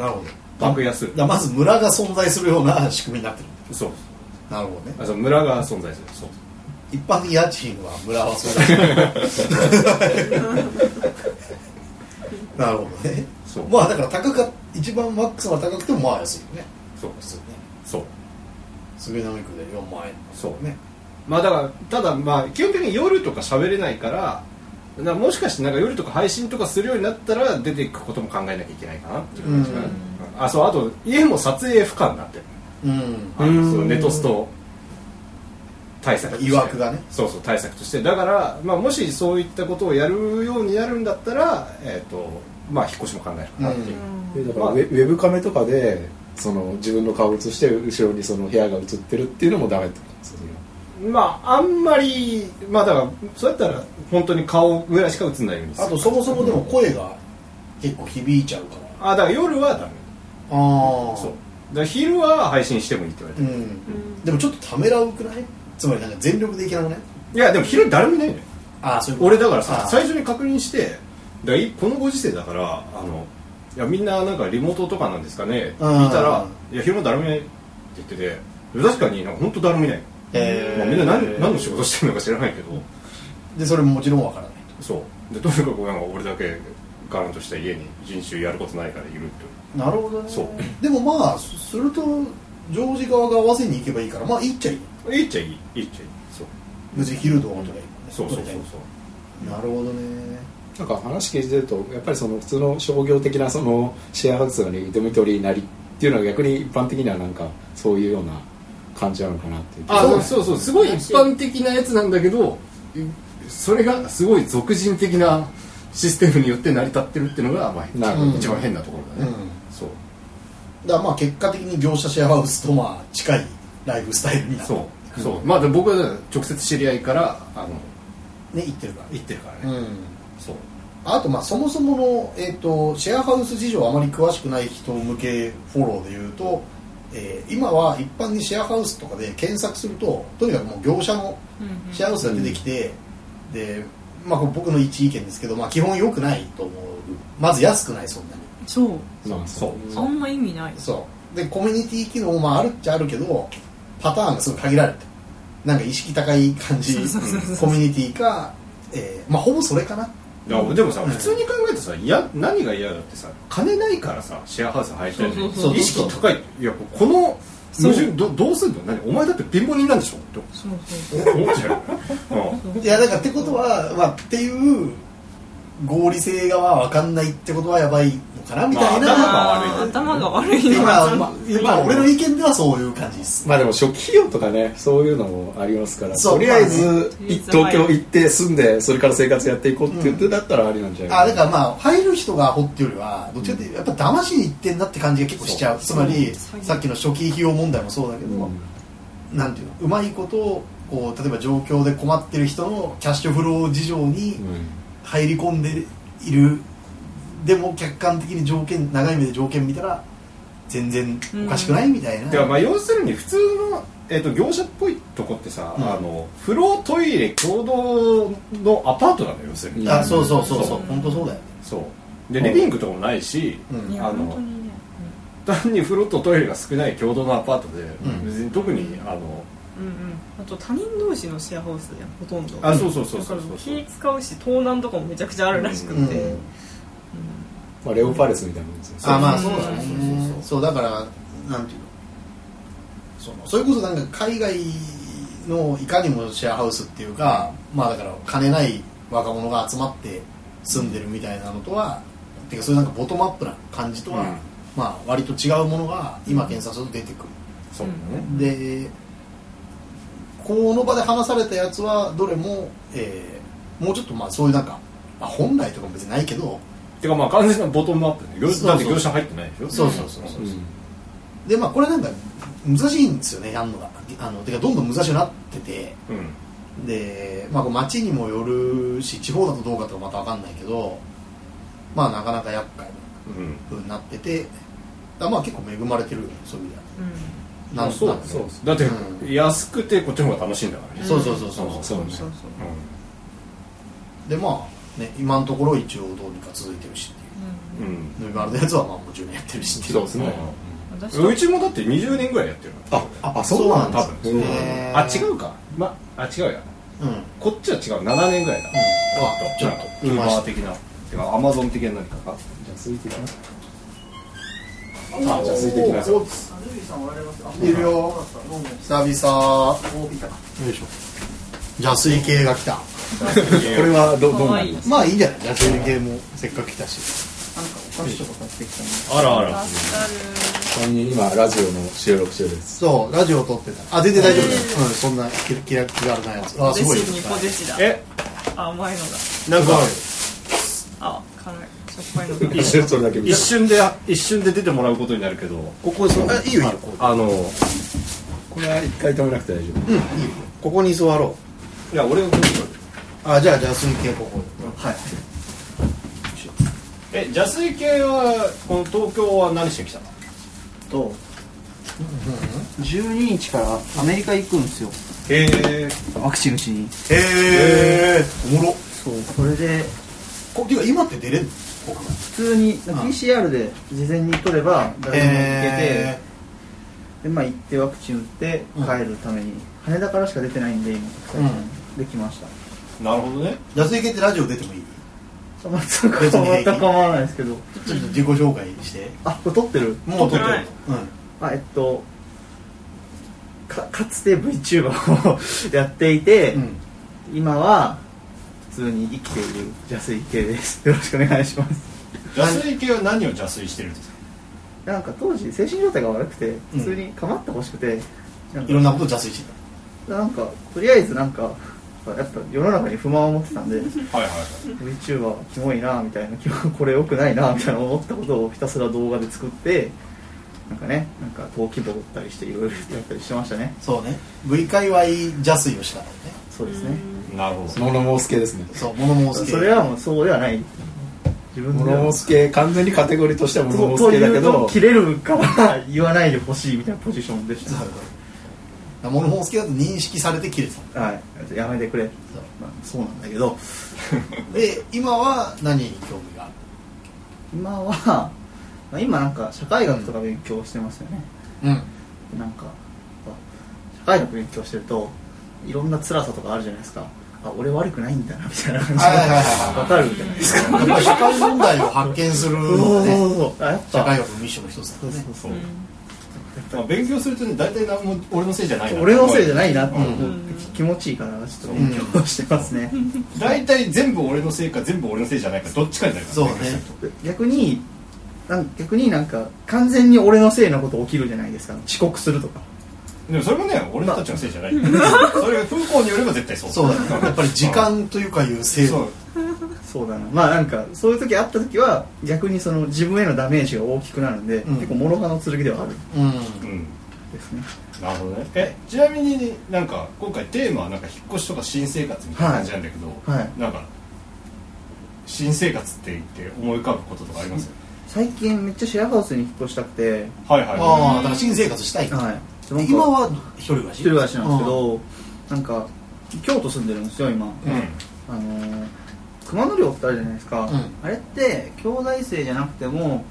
Speaker 2: なるほど。
Speaker 3: 爆安
Speaker 2: だからまず村が存在するような仕組みになってる。
Speaker 3: そう
Speaker 2: なるほどね。
Speaker 3: あそう村が存在するそう
Speaker 2: 一般に家賃は村 は存在する。なるほどね。
Speaker 3: そう
Speaker 2: まあだから高か一番マックスは高くてもまあ安いよね。
Speaker 3: そう
Speaker 2: 普通ね。
Speaker 3: そう
Speaker 2: 杉並区で4万円。
Speaker 3: そう
Speaker 2: ね。
Speaker 3: まあだからただまあ基本的に夜とか喋れないからだからもしかしてなんか夜とか配信とかするようになったら出ていくことも考えなきゃいけないかなっていう感じかな、
Speaker 2: うん
Speaker 3: あそうあと家も撮影不可になってる
Speaker 2: うん
Speaker 3: あの
Speaker 4: うん
Speaker 3: そのネトスト対策として
Speaker 2: いわくがね
Speaker 3: そうそう対策としてだから、まあ、もしそういったことをやるようになるんだったら、えーとまあ、引っ越しも考えるかなっていう、
Speaker 4: でだから
Speaker 3: まあ
Speaker 4: ウェウェブカメとかでその自分の顔を映して後ろにその部屋が映ってるっていうのもダメってことですよね
Speaker 3: まああんまりまあだからそうやったら本当に顔ぐらいしか映んないようにする
Speaker 2: あとそもそもでも声が結構響いちゃうから
Speaker 3: あだから夜はダメ
Speaker 2: ああ
Speaker 3: そうだから昼は配信してもいいって言われて
Speaker 2: う
Speaker 3: る、
Speaker 2: んでもちょっとためらうくないつまりなんか全力でいけなくない
Speaker 3: いやでも昼誰もいないのよ
Speaker 2: ああそういうこと
Speaker 3: 俺だからさ
Speaker 2: あ
Speaker 3: 最初に確認してだいこのご時世だからあのいやみんななんかリモートとかなんですかね
Speaker 2: うん
Speaker 3: 聞いたら「いや昼間誰もいない」って言ってて確かになんか本当誰もいない、
Speaker 2: えー
Speaker 3: まあみんな何何の仕事してるのか知らないけど
Speaker 2: でそれももちろんわからない
Speaker 3: そうでとにかくなんか俺だけガランとした家に人種やることないからいるって
Speaker 2: なるほどね
Speaker 3: そう
Speaker 2: でもまあすするとジョージ側が合わせに行けばいいからまあいいっちゃいい
Speaker 3: いいっちゃいいいいっちゃいいそう
Speaker 2: 別に昼どうとかいいもんね
Speaker 3: そうそうそうそう
Speaker 2: なるほどね
Speaker 4: なんか話聞いてるとやっぱりその普通の商業的なそのシェアハウスがねドミトリーなりっていうのは逆に一般的にはなんかそういうような感じなのかなっていう
Speaker 3: あそうそうそうすごい一般的なやつなんだけどそれがすごい俗人的なシステムによって成り立ってるっていうのが、ま
Speaker 4: な
Speaker 3: あ
Speaker 4: るほど、
Speaker 3: 一番変なところだね、
Speaker 2: う
Speaker 3: そう
Speaker 2: だからまあ結果的に業者シェアハウスとまあ近いライフスタイルになって
Speaker 3: そうそう、まあでも僕は直接知り合いからあの
Speaker 2: ね行ってるから
Speaker 3: 行ってるからね、
Speaker 2: うん
Speaker 3: そう
Speaker 2: あとまあそもそもの、えー、とシェアハウス事情あまり詳しくない人向けフォローで言うと、えー今は一般にシェアハウスとかで検索するととにかくもう業者のシェアハウスが出てきて、で、まあ、これ僕の一意見ですけど、まあ、基本良くないと思うまず安くないそんなに
Speaker 5: そう
Speaker 4: まあ
Speaker 3: そう
Speaker 5: あんま意味ない
Speaker 2: そうでコミュニティ機能もまああるっちゃあるけどパターンがすごい限られてるなんか意識高い感じ
Speaker 5: そうそうそうそう
Speaker 2: コミュニティか、えーまあ、ほぼそれかな
Speaker 3: だでもさ、
Speaker 2: うん
Speaker 3: 普通に考えてさいや何が嫌だってさ金ないからさシェアハウス入ってる
Speaker 5: そうそう
Speaker 2: そう
Speaker 3: 意識高いいやこの矛盾どどうすんの何お前だって貧乏人なんでしょって
Speaker 5: そうそう
Speaker 3: 思っちゃうよ、うん
Speaker 5: そう
Speaker 2: いやだからってことは、まあ、っていう合理性が分かんないってことはやばいのかなみたいな、
Speaker 3: まあ
Speaker 5: あー頭が悪い
Speaker 2: 今、
Speaker 5: な
Speaker 2: ま あまあ俺の意見ではそういう感じです
Speaker 4: まあでも初期費用とかねそういうのもありますから
Speaker 2: そう
Speaker 4: とりあえず、
Speaker 2: まあね
Speaker 4: い東京行って住んでそれから生活やっていこうって言ってだったらありなんじゃない
Speaker 2: あだからまあ入る人が掘ってよりはどっちかっていうとやっぱ騙しに行ってんだって感じが結構しちゃうつまり
Speaker 5: そう
Speaker 2: さっきの初期費用問題もそうだけど、なんていうのうまいことをこう例えば状況で困ってる人のキャッシュフロー事情に入り込んでいるでも客観的に条件長い目で条件見たら全然おかしくないみたいな、
Speaker 3: だからまあ要するに普通の、えー、と業者っぽいとこってさ、
Speaker 2: うん
Speaker 3: あの風呂トイレ共同のアパートなのよ要するに、
Speaker 4: うん
Speaker 2: あそうそうそうそう
Speaker 5: うん
Speaker 2: 本当そうだよね、
Speaker 3: そうでリビングとかもないし、
Speaker 2: うん
Speaker 5: いや
Speaker 3: あの
Speaker 5: 本当にね
Speaker 3: 単に風呂とトイレが少ない共同のアパートで、
Speaker 2: ん
Speaker 3: 別に特にあの
Speaker 5: うんうんうんあと他人同士のシェアハウスやほとんど
Speaker 3: あそうそうそうそう
Speaker 5: だ
Speaker 3: そ
Speaker 5: から
Speaker 3: うそう
Speaker 5: 気使うし盗難とかもめちゃくちゃあるらしくて、
Speaker 2: うん
Speaker 5: うん
Speaker 4: まあ、レオパレスみたいなもんですよ
Speaker 2: あまあ
Speaker 5: そ
Speaker 2: そうう
Speaker 5: だ
Speaker 2: だ
Speaker 5: ね
Speaker 2: ねそうだからなんていうのそのそれこそなんか海外のいかにもシェアハウスっていうかまあだから金ない若者が集まって住んでるみたいなのとはていうかそういうなんかボトムアップな感じとは、
Speaker 3: うん
Speaker 2: まあ割と違うものが今検索すると出てく
Speaker 3: そうだね、
Speaker 2: るでこの場で話されたやつはどれも、えーもうちょっとまあそういうなんか、まあ、本来とかも別にないけど
Speaker 3: てかまあ完全なボトムアップね業
Speaker 2: そうそう
Speaker 3: だって業者入ってないでしょ
Speaker 2: そうそうそうそう
Speaker 4: うん
Speaker 2: でまあこれなんか難しいんですよねやるのがあのてかどんどん難しくなってて
Speaker 3: うん、
Speaker 2: で、まあ、こう街にもよるし地方だとどうかとかまた分かんないけどまあなかなか厄介な
Speaker 3: うん
Speaker 2: 風になっててだからまあ結構恵まれてるよねそういう意味では
Speaker 3: ま
Speaker 2: な
Speaker 3: あ
Speaker 2: ん
Speaker 3: そう
Speaker 2: とな
Speaker 3: だね
Speaker 2: くね
Speaker 4: そう
Speaker 3: だって、
Speaker 2: うん
Speaker 3: 安くてこっちの方が楽しいんだからね、
Speaker 2: そうそうそうそう
Speaker 3: うん
Speaker 4: そうね
Speaker 5: そう
Speaker 3: うん
Speaker 2: でまあね今のところ一応どうにか続いてるしっていう
Speaker 3: うん
Speaker 2: う
Speaker 3: ん
Speaker 5: うん
Speaker 2: ヌイバルのやつはまあもう10年やってるしっていう
Speaker 4: そうですね
Speaker 5: 私
Speaker 3: う
Speaker 5: と
Speaker 3: ちもだって20年ぐらいやってるから
Speaker 4: ああそうなんだ
Speaker 3: 多分
Speaker 4: うん
Speaker 2: へー
Speaker 3: あ違うかまあ違うや
Speaker 2: うん、うん、
Speaker 3: こっちは違う7年ぐらいだ
Speaker 2: ちょっと
Speaker 3: ウーバー的なてかアマゾン的な何かか
Speaker 4: じゃあ続いていきます
Speaker 2: あ
Speaker 4: じゃあ続いていきましょう
Speaker 2: いるよ久々よいしょじゃあ水系が来た
Speaker 4: これはどどうな
Speaker 5: 可愛
Speaker 4: り
Speaker 5: い
Speaker 4: ます
Speaker 2: まあいいんじゃないじゃあそういうゲームせっかく来たし
Speaker 1: なんかお菓子とか買ってきたの
Speaker 3: あらあら
Speaker 5: 助かる
Speaker 4: ちなみに今ラジオの収録中です
Speaker 2: そうラジオ撮ってたあ全然大丈夫だよ、
Speaker 5: うん
Speaker 2: うん、そんな気気が気軽なやつあす
Speaker 5: ポ
Speaker 2: ごい
Speaker 5: テチにポテチだ
Speaker 3: え
Speaker 5: あ甘いのだ
Speaker 3: なんか
Speaker 5: あ辛いしょっぱいのだ
Speaker 4: それだけ見
Speaker 3: 一
Speaker 4: た
Speaker 3: 瞬で一瞬で出てもらうことになるけどここそ
Speaker 2: あいいよいいよ
Speaker 3: あの
Speaker 4: これは一回止めなくて大丈夫
Speaker 2: ここに座ろ
Speaker 3: いや俺がこう
Speaker 2: うあじゃあじゃあ鈴木はここはい
Speaker 3: え邪水系はこの東京は何してきたの
Speaker 1: と12日からアメリカ行くんですよ
Speaker 3: へえ
Speaker 1: アクシルしに
Speaker 2: へえおもろ
Speaker 1: そうそれで
Speaker 2: こてか今って出れんの国外
Speaker 1: 普通に PCR で事前に取れば誰でも行けて
Speaker 2: へ
Speaker 1: でまあ行ってワクチン打って
Speaker 2: うん
Speaker 1: 帰るために、羽田からしか出てないんで今国際線できました、
Speaker 3: なるほどね
Speaker 2: え安井家ってラジオ出てもいい
Speaker 1: そまそこ
Speaker 2: 別に
Speaker 1: は全く構わないですけど
Speaker 2: ちょっと自己紹介して
Speaker 1: あこれ撮ってる
Speaker 2: もう撮ってる
Speaker 5: 撮ってない
Speaker 1: あえっとかかつて VTuber を やっていて、
Speaker 2: うん、うん、
Speaker 1: 今は普通に生きている邪水系です よろしくお願いします
Speaker 3: 邪水系は何を邪水してるんですか
Speaker 1: なんか当時精神状態が悪くて普通に構ってほしくて、なん
Speaker 2: い
Speaker 1: か
Speaker 2: ろんなこと邪推して
Speaker 1: なんかとりあえずなんかやっぱ世の中に不満を持ってたんで
Speaker 3: はいはいはい
Speaker 1: VTuber キモいなみたいな 今日これ良くないなみたいな思ったことをひたすら動画で作ってなんかねなんか登記簿打ったりしていろいろやったりしてましたね
Speaker 2: たそうね V 界隈邪推をしたからね
Speaker 1: そうですね
Speaker 3: なるほど
Speaker 4: モノモース系ですね
Speaker 2: そう物申す系
Speaker 1: それはもうそうではない自分
Speaker 4: モ
Speaker 1: で
Speaker 4: ノモー
Speaker 1: は
Speaker 4: ス系完全にカテゴリーとしてはモノモ
Speaker 1: と
Speaker 4: ース
Speaker 1: と
Speaker 4: 系だ
Speaker 1: い
Speaker 4: け
Speaker 1: うと
Speaker 4: ど
Speaker 1: 切れるから言わないでほしいみたいなポジションでし
Speaker 2: そうそう
Speaker 1: た
Speaker 2: だ物申す系だと認識されて切れてた
Speaker 1: はいやめてくれ
Speaker 2: そう
Speaker 1: まあそうなんだけど
Speaker 2: で今は何に興味がある
Speaker 1: 今は、まあ、今なんか社会学とか勉強してますよね
Speaker 2: うん
Speaker 1: なんか社会学勉強してるといろんな辛さとかあるじゃないですかあ俺悪くないんだなみたいな感じ
Speaker 2: はいはいはいはい
Speaker 1: わかるじゃないですか
Speaker 2: やっぱり社会問題を発見する
Speaker 1: そう
Speaker 2: の
Speaker 1: そ
Speaker 2: は
Speaker 1: う
Speaker 2: ね
Speaker 1: そうあやっぱ
Speaker 2: 社会学のミッションの一つだ
Speaker 1: そう
Speaker 2: よね
Speaker 1: そうそう
Speaker 3: う、んまあ、勉強するとね大体何も俺のせいじゃないな
Speaker 1: 俺のせいじゃ
Speaker 3: い
Speaker 1: ないなって思って、
Speaker 5: うん
Speaker 1: 気持ちいいからちょっと勉強してますね、
Speaker 3: 大体全部俺のせいか全部俺のせいじゃないかどっちかになるから
Speaker 2: そうね
Speaker 1: 逆になん逆になんか完全に俺のせいなこと起きるじゃないですか遅刻するとか
Speaker 3: でもそれもね俺たちのせいじゃない、 それ風向によれば絶対そう
Speaker 2: そうだねやっぱり時間というかいう制
Speaker 3: そ
Speaker 2: 度
Speaker 3: う
Speaker 1: そうだなまあなんかそういう時あった時は逆にその自分へのダメージが大きくなるんで、
Speaker 2: うん
Speaker 1: 結構諸刃の剣ではあるん
Speaker 2: うん
Speaker 3: うん
Speaker 1: ですね
Speaker 3: なるほどねえちなみになんか今回テーマはなんか引っ越しとか新生活みたいな感じなんだけど、
Speaker 1: はいはい
Speaker 3: なんか新生活って言って思い浮かぶこととかあります
Speaker 1: 最近めっちゃシェアハウスに引っ越したくて、
Speaker 3: はいはい
Speaker 2: ああだから新生活したい
Speaker 1: はい、なんか
Speaker 2: 今は一人暮らし
Speaker 1: 一人暮らしなんですけどなんか京都住んでるんですよ今、
Speaker 3: うん
Speaker 1: あのー熊野寮ってあるじゃないですか、
Speaker 2: うん
Speaker 1: あれって兄弟生じゃなくても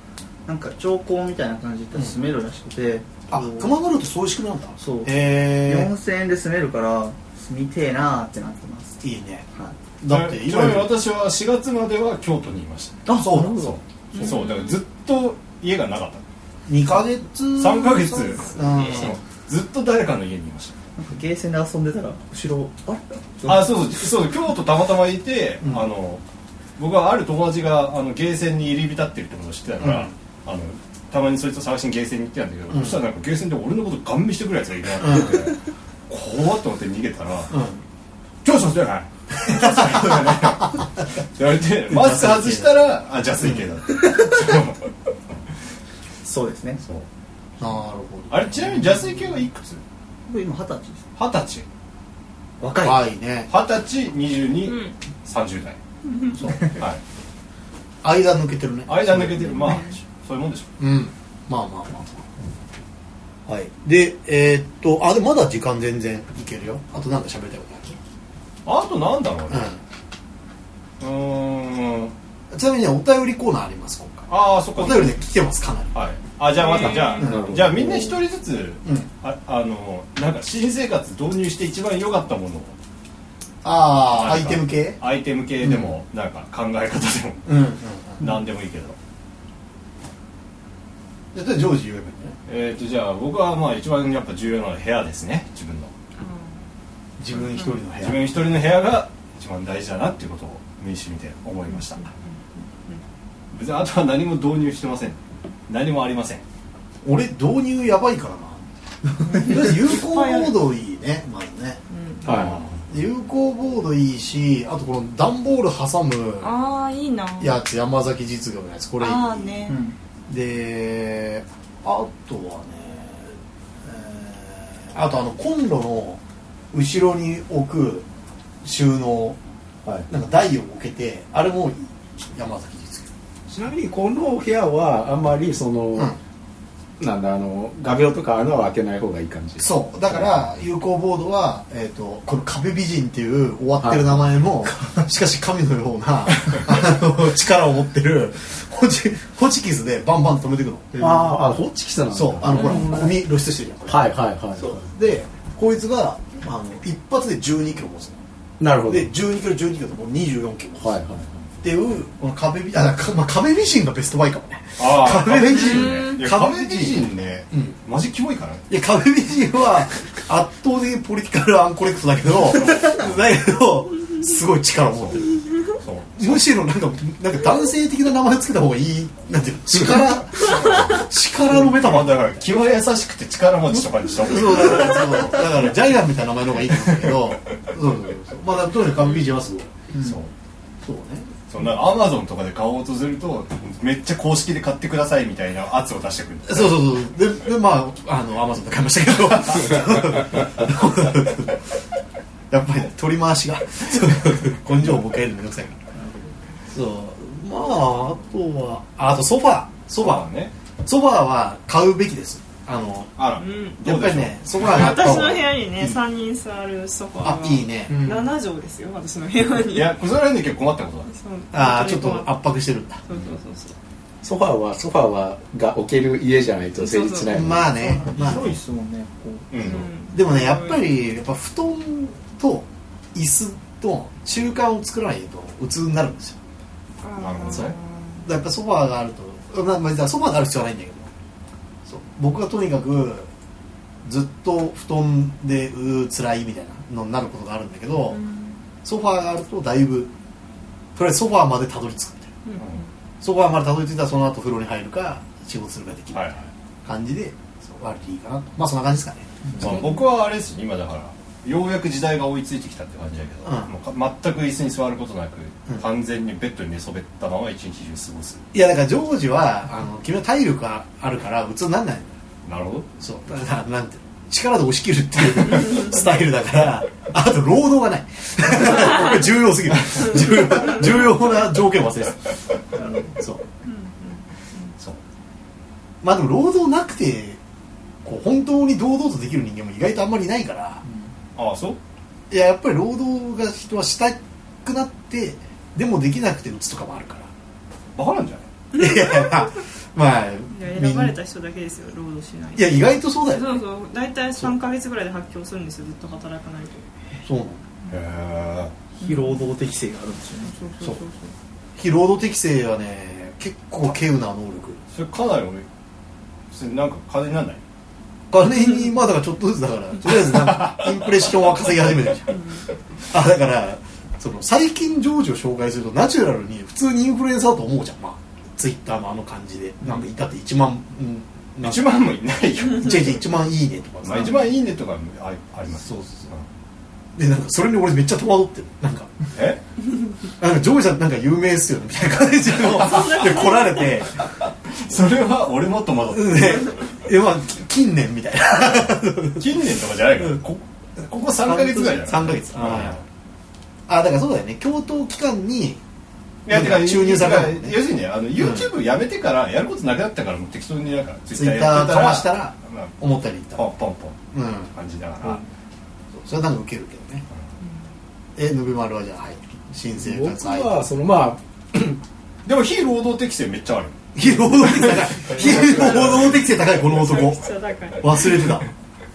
Speaker 1: なんか長考みたいな感じで住めるらしくて、
Speaker 2: あ
Speaker 1: そう
Speaker 2: 熊野ルってそういう仕組みなんだ
Speaker 1: そう
Speaker 2: へ
Speaker 1: 4000円で住めるから住みてえなーってなってます、
Speaker 2: えいいね
Speaker 1: はい、
Speaker 2: だって
Speaker 3: ち
Speaker 2: い
Speaker 3: な
Speaker 2: ろい
Speaker 3: みに
Speaker 2: ろ
Speaker 3: 私は4月までは京都にいました、
Speaker 2: あそう
Speaker 1: なるほ
Speaker 5: うん
Speaker 3: そうだからずっと家がなかった
Speaker 2: 2ヶ月
Speaker 3: 3ヶ月
Speaker 2: うん
Speaker 3: ずっと誰かの家にいました
Speaker 1: なんかゲーセンで遊んでたら後ろあれ
Speaker 3: あそうそうそう京都たまたまいて、
Speaker 2: うん
Speaker 3: あの僕はある友達があのゲーセンに入り浸ってるってことを知ってたから、
Speaker 2: うん
Speaker 3: あのたまにそいつを探しにゲーセンに行ってたんだけど、
Speaker 2: うん
Speaker 3: そしたらなんかゲーセンで俺のことガン見してくるやつがいてなかったので、怖っと思って逃げたら
Speaker 2: うん
Speaker 3: 「教師じゃない!」 って言われてマスク外したら「あ邪水系だ」って
Speaker 1: そうですね
Speaker 3: そう
Speaker 2: なるほ
Speaker 3: あれちなみに邪水系はいくつ
Speaker 1: 僕今二十歳です
Speaker 3: 二十歳
Speaker 1: 若
Speaker 2: ど
Speaker 1: い、
Speaker 2: はいね
Speaker 3: 二十歳
Speaker 5: う
Speaker 3: 2230
Speaker 5: ん
Speaker 3: 代、そうはい
Speaker 2: 間抜けてるね
Speaker 3: 間抜けてるまあそういうもんでしょ
Speaker 2: うんまあまあまあはいでえーっとあでもまだ時間全然いけるよあとなんか喋りたいこと
Speaker 3: あとなんだろうね
Speaker 2: ある
Speaker 3: うーん
Speaker 2: うんちなみにねお便りコーナーあります今回
Speaker 3: ああそっか
Speaker 2: お便りで来てますかなり
Speaker 3: はいあじゃあまたじゃあ、
Speaker 2: うん
Speaker 3: じゃあみんな一人ずつ、
Speaker 2: うん
Speaker 3: ああのなんか新生活導入して一番良かったものを
Speaker 2: ああア
Speaker 3: なん
Speaker 2: イ
Speaker 3: か
Speaker 2: テム系
Speaker 3: アイテム系でも、なんか考え方でも
Speaker 2: うんうん
Speaker 3: 何でもいいけど、
Speaker 2: じゃあジョージ言えばいいね
Speaker 3: えっ、とじゃあ僕はまあ一番やっぱ重要なのは部屋ですね自分の
Speaker 2: 自分一人の部
Speaker 3: 自
Speaker 2: 屋
Speaker 3: 分一人の部屋が一番大事だなっていうことを名刺見て思いました別にあとは何も導入してません何もありません
Speaker 2: 俺導入やばいからなとりあえず有効ボードいいねまずね
Speaker 4: は
Speaker 2: 有効ボードいいしあとこの段ボール挟む
Speaker 5: ああいいな
Speaker 2: やつ山崎実業のやつこれいい
Speaker 5: ああね、
Speaker 1: うん
Speaker 2: であとはね、えーあとあのコンロの後ろに置く収納
Speaker 4: い、はい、
Speaker 2: なんか台を置けてあれもいい山崎実業
Speaker 4: ちなみにこのお部屋はあんまりその、なんだあの画鋲とか穴を開けない方がいい感じ
Speaker 2: そうだから有効ボードは、えー、とこの壁美人っていう終わってる名 前も、しかし神のようなあの力を持ってるホチホチキスでバンバン止めていくの、
Speaker 4: あああホッチキスなんだ
Speaker 2: そうあのほら
Speaker 4: うん
Speaker 2: ゴミ露出してるじゃんこれ
Speaker 4: はいはいはい
Speaker 2: そうでこいつがあの一発で1 2キロ持つ
Speaker 4: なるほ
Speaker 2: の
Speaker 4: ど
Speaker 2: で1 2キロ1 2キロともう2 4キロ持つ、
Speaker 4: はいはい
Speaker 2: っていうこの壁美あ、かまあ、壁美人がベストバイかもね
Speaker 3: あ
Speaker 2: ー
Speaker 3: 壁美
Speaker 2: う
Speaker 3: 人
Speaker 2: ん
Speaker 3: ねいや
Speaker 2: 壁
Speaker 3: 壁
Speaker 2: 美
Speaker 3: 美
Speaker 2: 人
Speaker 3: 人ね
Speaker 2: うん
Speaker 3: マジキモいからね
Speaker 2: いや、壁美人は圧倒的にポリティカルアンコレクトだけ ど、だけど、すごい力を持ってる。
Speaker 3: そう
Speaker 2: むしろなんか、なんか男性的な名前をつけた方がいい、なんていうの、力、力のメタ
Speaker 3: ま
Speaker 2: マ
Speaker 3: あ
Speaker 2: ンだ
Speaker 3: だ
Speaker 2: か
Speaker 3: から気は優しくて力持ちとかにした方
Speaker 2: ら。
Speaker 3: がい
Speaker 2: そ
Speaker 3: い
Speaker 2: うだからそう、だからジャイアンみたいな名前の方がいいと思うんだけど、そうそうそう。まあ、だからとにかく壁美人はすごい。
Speaker 3: そう
Speaker 2: そうね。
Speaker 3: そんなアマゾンとかで買おうとするとめっちゃ公式で買ってくださいみたいな圧を出してくる
Speaker 2: そうそうそう。で、でまあ、あの、アマゾンで買いましたけど。やっぱりね、取り回しが、根性をもう一回やるのめんどくさいから。そう。まあ、あとは、ああとソファー。ソファー。
Speaker 3: ね
Speaker 2: ソファーは買うべきです。あの、
Speaker 3: あら、
Speaker 5: うん
Speaker 2: や
Speaker 3: ど
Speaker 2: っ
Speaker 3: う
Speaker 2: ぱり
Speaker 3: でしょう
Speaker 2: ね、ソファーが
Speaker 5: 私の部屋にね3人座るソファ
Speaker 2: あ
Speaker 5: ー、が
Speaker 2: いいね。
Speaker 1: うん
Speaker 5: 7畳ですよ私の部屋に
Speaker 3: いやそれはね結構困ったことだ
Speaker 5: そう
Speaker 2: ああ、ちょっと
Speaker 5: 本当にこう
Speaker 2: 圧迫してるんだ。
Speaker 5: そうそうそうそう
Speaker 4: ソファーはソファーはが置ける家じゃないと成立しないもん
Speaker 2: まあね、まあね
Speaker 1: 広いっすもんねこ
Speaker 3: うん、
Speaker 2: でもねやっぱりやっぱ布団と椅子と中間を作らないとうつになるんですよ
Speaker 3: なるほ
Speaker 2: だ
Speaker 3: どね
Speaker 2: からやっぱソファーがあるとまあまあソファーがある必要はないんだけどそう僕はとにかくずっと布団でうー辛いみたいなのになることがあるんだけど、ソファーがあるとだいぶとりあえずソファーまでたどり着くみたいなソファーまでたどり着いたらその後風呂に入るか仕事するかでき
Speaker 3: うん
Speaker 2: る
Speaker 3: はいはい
Speaker 2: 感じで、そう割といいかなとまあそんな感じですかね
Speaker 3: まあ、僕はあれですよ今だからようやく時代が追いついてきたって感じだけど、
Speaker 2: うん
Speaker 3: もうか全く椅子に座ることなく、
Speaker 2: うん
Speaker 3: 完全にベッドに寝そべったまま一日中過ごす
Speaker 2: いやだからジョージはあの君は体力があるからうつになんないのよ
Speaker 3: なるほど
Speaker 2: そうだからなんていうの力で押し切るっていうスタイルだからあと労働がないこれ 重要すぎる重要重要な条件を忘れてたそう
Speaker 3: そう
Speaker 2: まあでも労働なくてこう本当に堂々とできる人間も意外とあんまりいないから
Speaker 3: ああそう
Speaker 2: いややっぱり労働が人はしたくなってでもできなくてうつとかもあるから
Speaker 3: バカなんじゃない
Speaker 2: いやいやまあまあ
Speaker 5: いや選ばれた人だけですよ労働しない
Speaker 2: いや意外とそうだよ
Speaker 5: そうそう大体3か月ぐらいで発狂するんですよずっと働かないと
Speaker 2: そうなの
Speaker 3: へ
Speaker 1: う非労働適性があるんですよね
Speaker 5: そうそうそうそう
Speaker 2: 非労働適性はね結構稀有な能力
Speaker 3: えそれかなり俺それなんか風になんない
Speaker 2: 金にまあだからちょっとずつだからとりあえずなんかインプレッションは稼ぎ始めてるじゃんあだからその最近ジョージを紹介するとナチュラルに普通にインフルエンサーだと思うじゃんまあツイッターのあの感じでなんかいたって1万、うん、なんか
Speaker 3: 一万もいないよ
Speaker 2: 違う違う1万いいねとか
Speaker 3: まあ一番いいねとかああります
Speaker 2: そうそう
Speaker 3: そう
Speaker 2: でなんかそれに俺めっちゃ戸惑ってるなんか
Speaker 3: え
Speaker 2: なんかジョージさんなんか有名っすよねみたいな感じので来られて
Speaker 3: それは俺も戸惑っ
Speaker 2: でえまあ近年みたいな
Speaker 3: た近年とかじゃないからこここ3か月ぐらいじゃな
Speaker 2: 3
Speaker 3: い
Speaker 2: ヶ月ああだからそうだよね共闘期間に
Speaker 3: いやて
Speaker 2: な
Speaker 3: か
Speaker 2: んか注入されたもんね
Speaker 3: いや要するにねあの YouTube やめてからやることなくなったからもう適当になんか
Speaker 2: ツイッターかましたら
Speaker 3: まあ
Speaker 2: 思ったよりいった
Speaker 3: ポンポンポン
Speaker 2: うん
Speaker 3: 感じだから
Speaker 2: それはなんかウケるけどねえぬびまるはじゃあはい新生活
Speaker 4: 僕 はそのま
Speaker 3: でも非労働適性めっちゃある
Speaker 2: 疲労動適性 高い疲労動適性高いこの男
Speaker 5: そうだから
Speaker 2: 忘れてた
Speaker 4: あ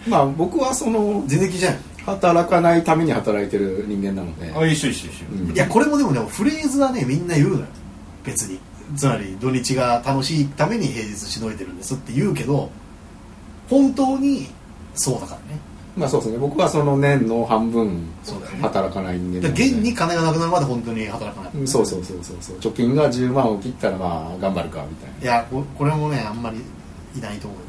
Speaker 4: まあ僕はその
Speaker 2: 全然気じゃない
Speaker 4: 働かないために働いてる人間なので、
Speaker 3: あ一緒一緒一緒
Speaker 4: うん
Speaker 2: いやこれもでもねフレーズはねみんな言うのよ別につまり土日が楽しいために平日しのいでるんですって言うけど本当にそうだからね
Speaker 4: まあそうですね僕はその年の半分働かない人間な
Speaker 2: で
Speaker 4: ので
Speaker 2: 現に金がなくなるまで本当に働かない、
Speaker 4: うんそうそうそうそうそう貯金が10万を切ったらまあ頑張るかみたいない
Speaker 2: やここれもねあんまりいないと思うよ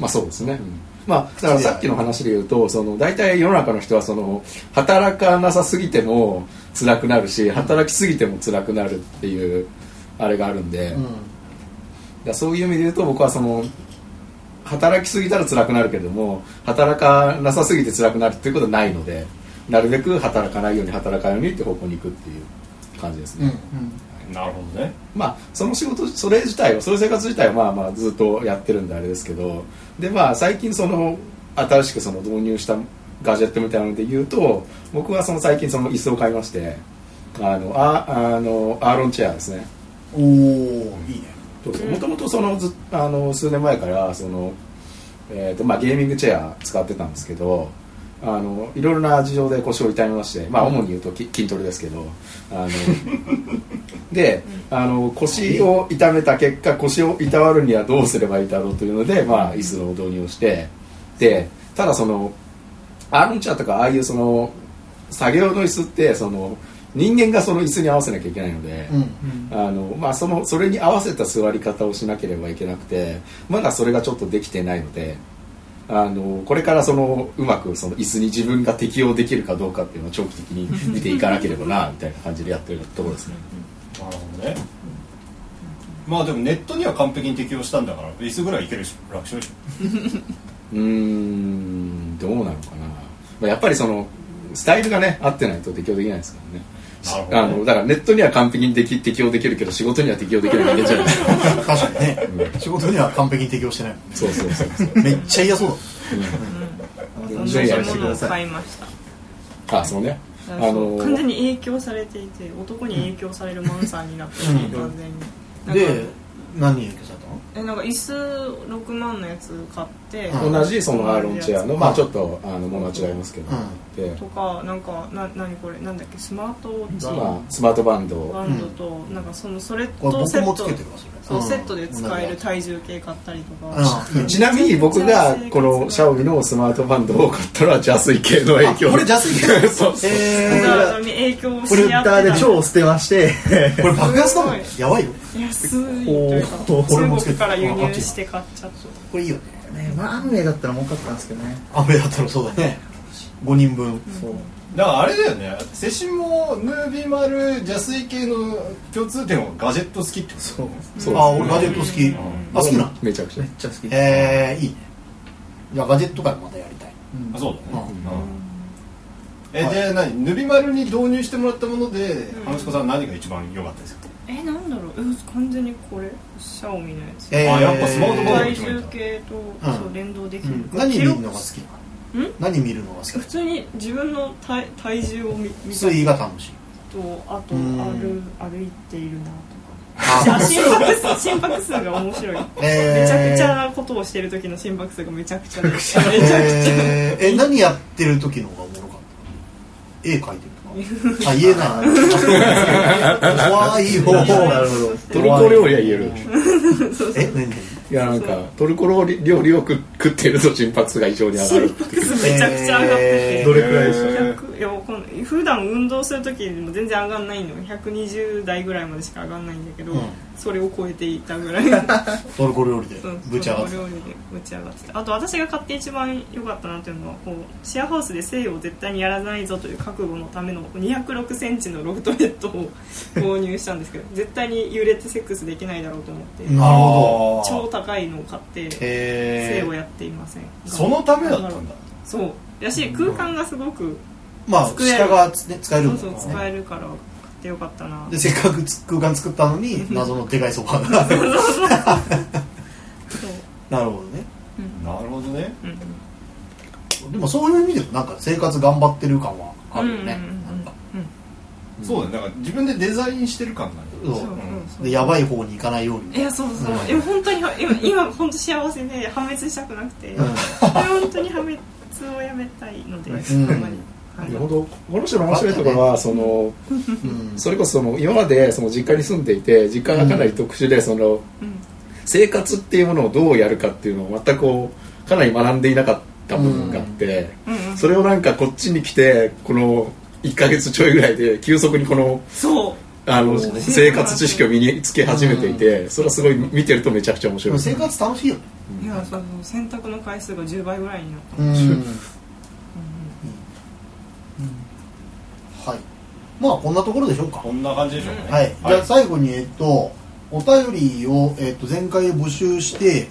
Speaker 4: まあそうですね、まあだからさっきの話で言うとその大体世の中の人はその働かなさすぎても辛くなるし働きすぎても辛くなるっていうあれがあるんで、
Speaker 2: うん
Speaker 4: だからそういう意味で言うと僕はその働きすぎたら辛くなるけれども働かなさすぎて辛くなるっていうことはないのでなるべく働かないように働かないようにって方向に行くっていう感じですね、
Speaker 2: うん
Speaker 3: なるほどね
Speaker 4: まあ、その仕事それ自体はその生活自体はまあまあずっとやってるんであれですけどで、まあ、最近その新しくその導入したガジェットみたいなので言うと僕はその最近その椅子を買いましてあのああのアーロンチェアですね
Speaker 2: おおいいね
Speaker 5: うん
Speaker 4: もともとそのずあの数年前からその、えーとまあ、ゲーミングチェア使ってたんですけどあのいろいろな事情で腰を痛めまして、まあ、主に言うとき筋トレですけどあのであの腰を痛めた結果腰をいたわるにはどうすればいいだろうというので、まあ、椅子を導入してでただそのアーロンチェアとかああいうその作業の椅子ってその人間がその椅子に合わせなきゃいけないので。
Speaker 2: うん
Speaker 1: うん
Speaker 4: あのまあ、そのそれに合わせた座り方をしなければいけなくてまだそれがちょっとできてないのであのこれからそのうまくその椅子に自分が適応できるかどうかっていうのを長期的 に見ていかなければなみたいな感じでやってるところですね
Speaker 3: なるほどねまあでもネットには完璧に適用したんだから椅子ぐらいいけるでしょ楽勝でし
Speaker 4: うーんどうなのかな、まあ、やっぱりそのスタイルがね合ってないと適応できないですからね
Speaker 3: なるほ
Speaker 4: あ
Speaker 3: どね
Speaker 4: のだからネットには完璧にでき適応できるけど仕事には適応できないだけじゃ ないですか
Speaker 2: 確かにね、仕事には完璧に適応してないもんね
Speaker 4: そうそうそうそう
Speaker 2: めっちゃ嫌そうだ
Speaker 1: 私
Speaker 5: 同
Speaker 1: も
Speaker 5: じ
Speaker 1: やらせて
Speaker 5: も
Speaker 1: く
Speaker 5: の
Speaker 1: だ
Speaker 5: を
Speaker 1: さい
Speaker 5: 買いました
Speaker 4: あそうねあ
Speaker 5: あ
Speaker 4: の
Speaker 5: の完全に影響されていて男に影響されるマンさんになってる
Speaker 2: うん
Speaker 5: 完全に なんか
Speaker 2: で何に影響されたの
Speaker 5: えなんか椅子6万のやつ買って
Speaker 2: うん
Speaker 4: 同じそのアーロンチェアの、
Speaker 5: う
Speaker 4: まあ、ちょっとあのものは違いますけど、
Speaker 2: う
Speaker 4: で
Speaker 5: とかなんかな何これなんだっけスマートウォッチ
Speaker 4: まあ、スマートバンドを
Speaker 5: バンドと、なんかそのそれ
Speaker 2: これ
Speaker 5: とセ
Speaker 2: 僕
Speaker 5: ッ
Speaker 2: もつ
Speaker 5: ト
Speaker 2: けてるわそれ
Speaker 5: そう、
Speaker 2: ん
Speaker 5: セットで使える体重計買ったりと
Speaker 2: う
Speaker 5: か、
Speaker 2: ん
Speaker 4: ちなみに僕がこのシャオミのスマートバンドを買ったのはジャスイ系の影響
Speaker 2: あこれジャスイ系
Speaker 4: そうそう
Speaker 5: だ
Speaker 2: え
Speaker 5: から影響をし合ってた
Speaker 1: プリンターで超捨てまして
Speaker 2: ー、これ爆発だもん
Speaker 5: す
Speaker 2: やばいよ
Speaker 5: 安いというか
Speaker 1: おー
Speaker 2: 俺も
Speaker 5: 中
Speaker 2: つけて
Speaker 5: 国から輸入して買っちゃった
Speaker 2: これいいよね
Speaker 1: ねまあアンメイだったら儲かったんですけどね
Speaker 2: アメだったらそうだね5人分
Speaker 1: そう
Speaker 3: だからあれだよねセシモヌービマルジャスイ系の共通点はガジェット好きってこ
Speaker 1: そう
Speaker 4: そう
Speaker 2: あ俺ガジェット好き、
Speaker 3: ん
Speaker 2: あ好きなの
Speaker 4: めちゃくちゃ
Speaker 1: めっちゃ好き
Speaker 2: えー、いいねじゃあガジェットからまたやりたい
Speaker 1: うん
Speaker 3: とあそうだね、
Speaker 2: うん
Speaker 3: え
Speaker 2: はい
Speaker 3: で何ヌビマルに導入してもらったもので、
Speaker 5: ん
Speaker 3: 花子さんは何が一番良かったですか
Speaker 5: えなんだろうえ完全にこれシャオミのやつ、
Speaker 2: え
Speaker 3: やっぱスマートフォン
Speaker 5: 体重計と、
Speaker 2: ん
Speaker 5: そう連動でき
Speaker 2: う
Speaker 5: る、
Speaker 2: ん何見るのが好きなの
Speaker 5: ん
Speaker 2: 何見るのが好き
Speaker 5: 普通に自分の体体重を見見た
Speaker 2: 水
Speaker 5: り
Speaker 2: 位が楽しい
Speaker 5: とあと
Speaker 2: うん
Speaker 5: 歩歩いているなとか
Speaker 2: あ
Speaker 5: あ心拍数心拍数が面白い めちゃくちゃなことをしてる時の心拍数がめちゃくちゃでめちゃくちゃ
Speaker 2: えーえ何やってる時の方がおもろかった絵描いてると かあ言えない怖いよ
Speaker 1: おーなるほど
Speaker 4: トルコ料理は言える
Speaker 5: そうそう
Speaker 2: え何何
Speaker 4: いやなんかトルコ料理料理を食食ってると心拍数が異常に上が
Speaker 5: 心
Speaker 4: る
Speaker 5: 拍数めちゃくちゃ上がって
Speaker 2: えー
Speaker 1: ど
Speaker 5: て
Speaker 1: れくらいですか
Speaker 5: 100いやわかんない普段運動する時も全然上がんないの120代ぐらいまでしか上がんないんだけど、
Speaker 2: うん
Speaker 5: それを超えていたぐらい
Speaker 2: トルコ料理で
Speaker 5: うん
Speaker 2: ぶち上がって
Speaker 5: その料理でぶち上がってたあと私が買って一番良かったなっていうのはこうシェアハウスで西洋を絶対にやらないぞという覚悟のための2 0 6センチのロフトベッドを購入したんですけ ど絶対に揺れてセックスできないだろうと思って、
Speaker 2: なるほ
Speaker 5: 超高いのを買って
Speaker 2: え
Speaker 5: 性を
Speaker 2: ー
Speaker 5: やっていません
Speaker 3: そのためだったんだ
Speaker 5: そうやし空間がすごく
Speaker 2: まあ
Speaker 5: 机
Speaker 2: 下がつね使える
Speaker 5: そ
Speaker 2: も
Speaker 5: うんそう使えるから買ってよかったな
Speaker 2: でせっかくつ空間作ったのに謎のでかいソファーが
Speaker 5: そう、
Speaker 2: なるほどね
Speaker 5: うん
Speaker 3: なるほどね
Speaker 5: うん
Speaker 2: でもそういう意味でもなんか生活頑張ってる感はあるよね
Speaker 5: うんうんうん
Speaker 2: なんか
Speaker 4: うん
Speaker 3: そうだねなんか自分でデザインしてる感があ
Speaker 2: そ
Speaker 3: る
Speaker 2: う
Speaker 5: そうそうそう
Speaker 2: でやばい方に行かないように
Speaker 5: いやそうそう、
Speaker 2: うん
Speaker 5: いや本当に今今本当幸せで破滅したくなくて、
Speaker 2: うん
Speaker 5: 本当に破滅をやめたいので、
Speaker 2: うん
Speaker 5: ほんまにはい
Speaker 4: 本当この人の面白いところはその
Speaker 2: うん
Speaker 4: それこそその今までその実家に住んでいて実家がかなり特殊でその、
Speaker 5: うん
Speaker 4: 生活っていうものをどうやるかっていうのを全くこうかなり学んでいなかっった部分があって、
Speaker 5: うんうん
Speaker 4: それをなんかこっちに来てこの1か月ちょいぐらいで急速にこの
Speaker 5: そう
Speaker 4: あの生活知識を身につけ始めていて、それはすごい見てるとめちゃくちゃ面
Speaker 2: で
Speaker 4: 白い
Speaker 2: も
Speaker 4: です
Speaker 2: 生
Speaker 4: ね
Speaker 2: 活楽しいよ
Speaker 5: いやそうそう洗濯の回数が10倍ぐらいにな った、
Speaker 2: うんはいまあこんなところでしょうか
Speaker 3: こんな感じでしょうね、
Speaker 2: はい、じゃあ最後に、えっと、お便りを、えっと、前回募集して、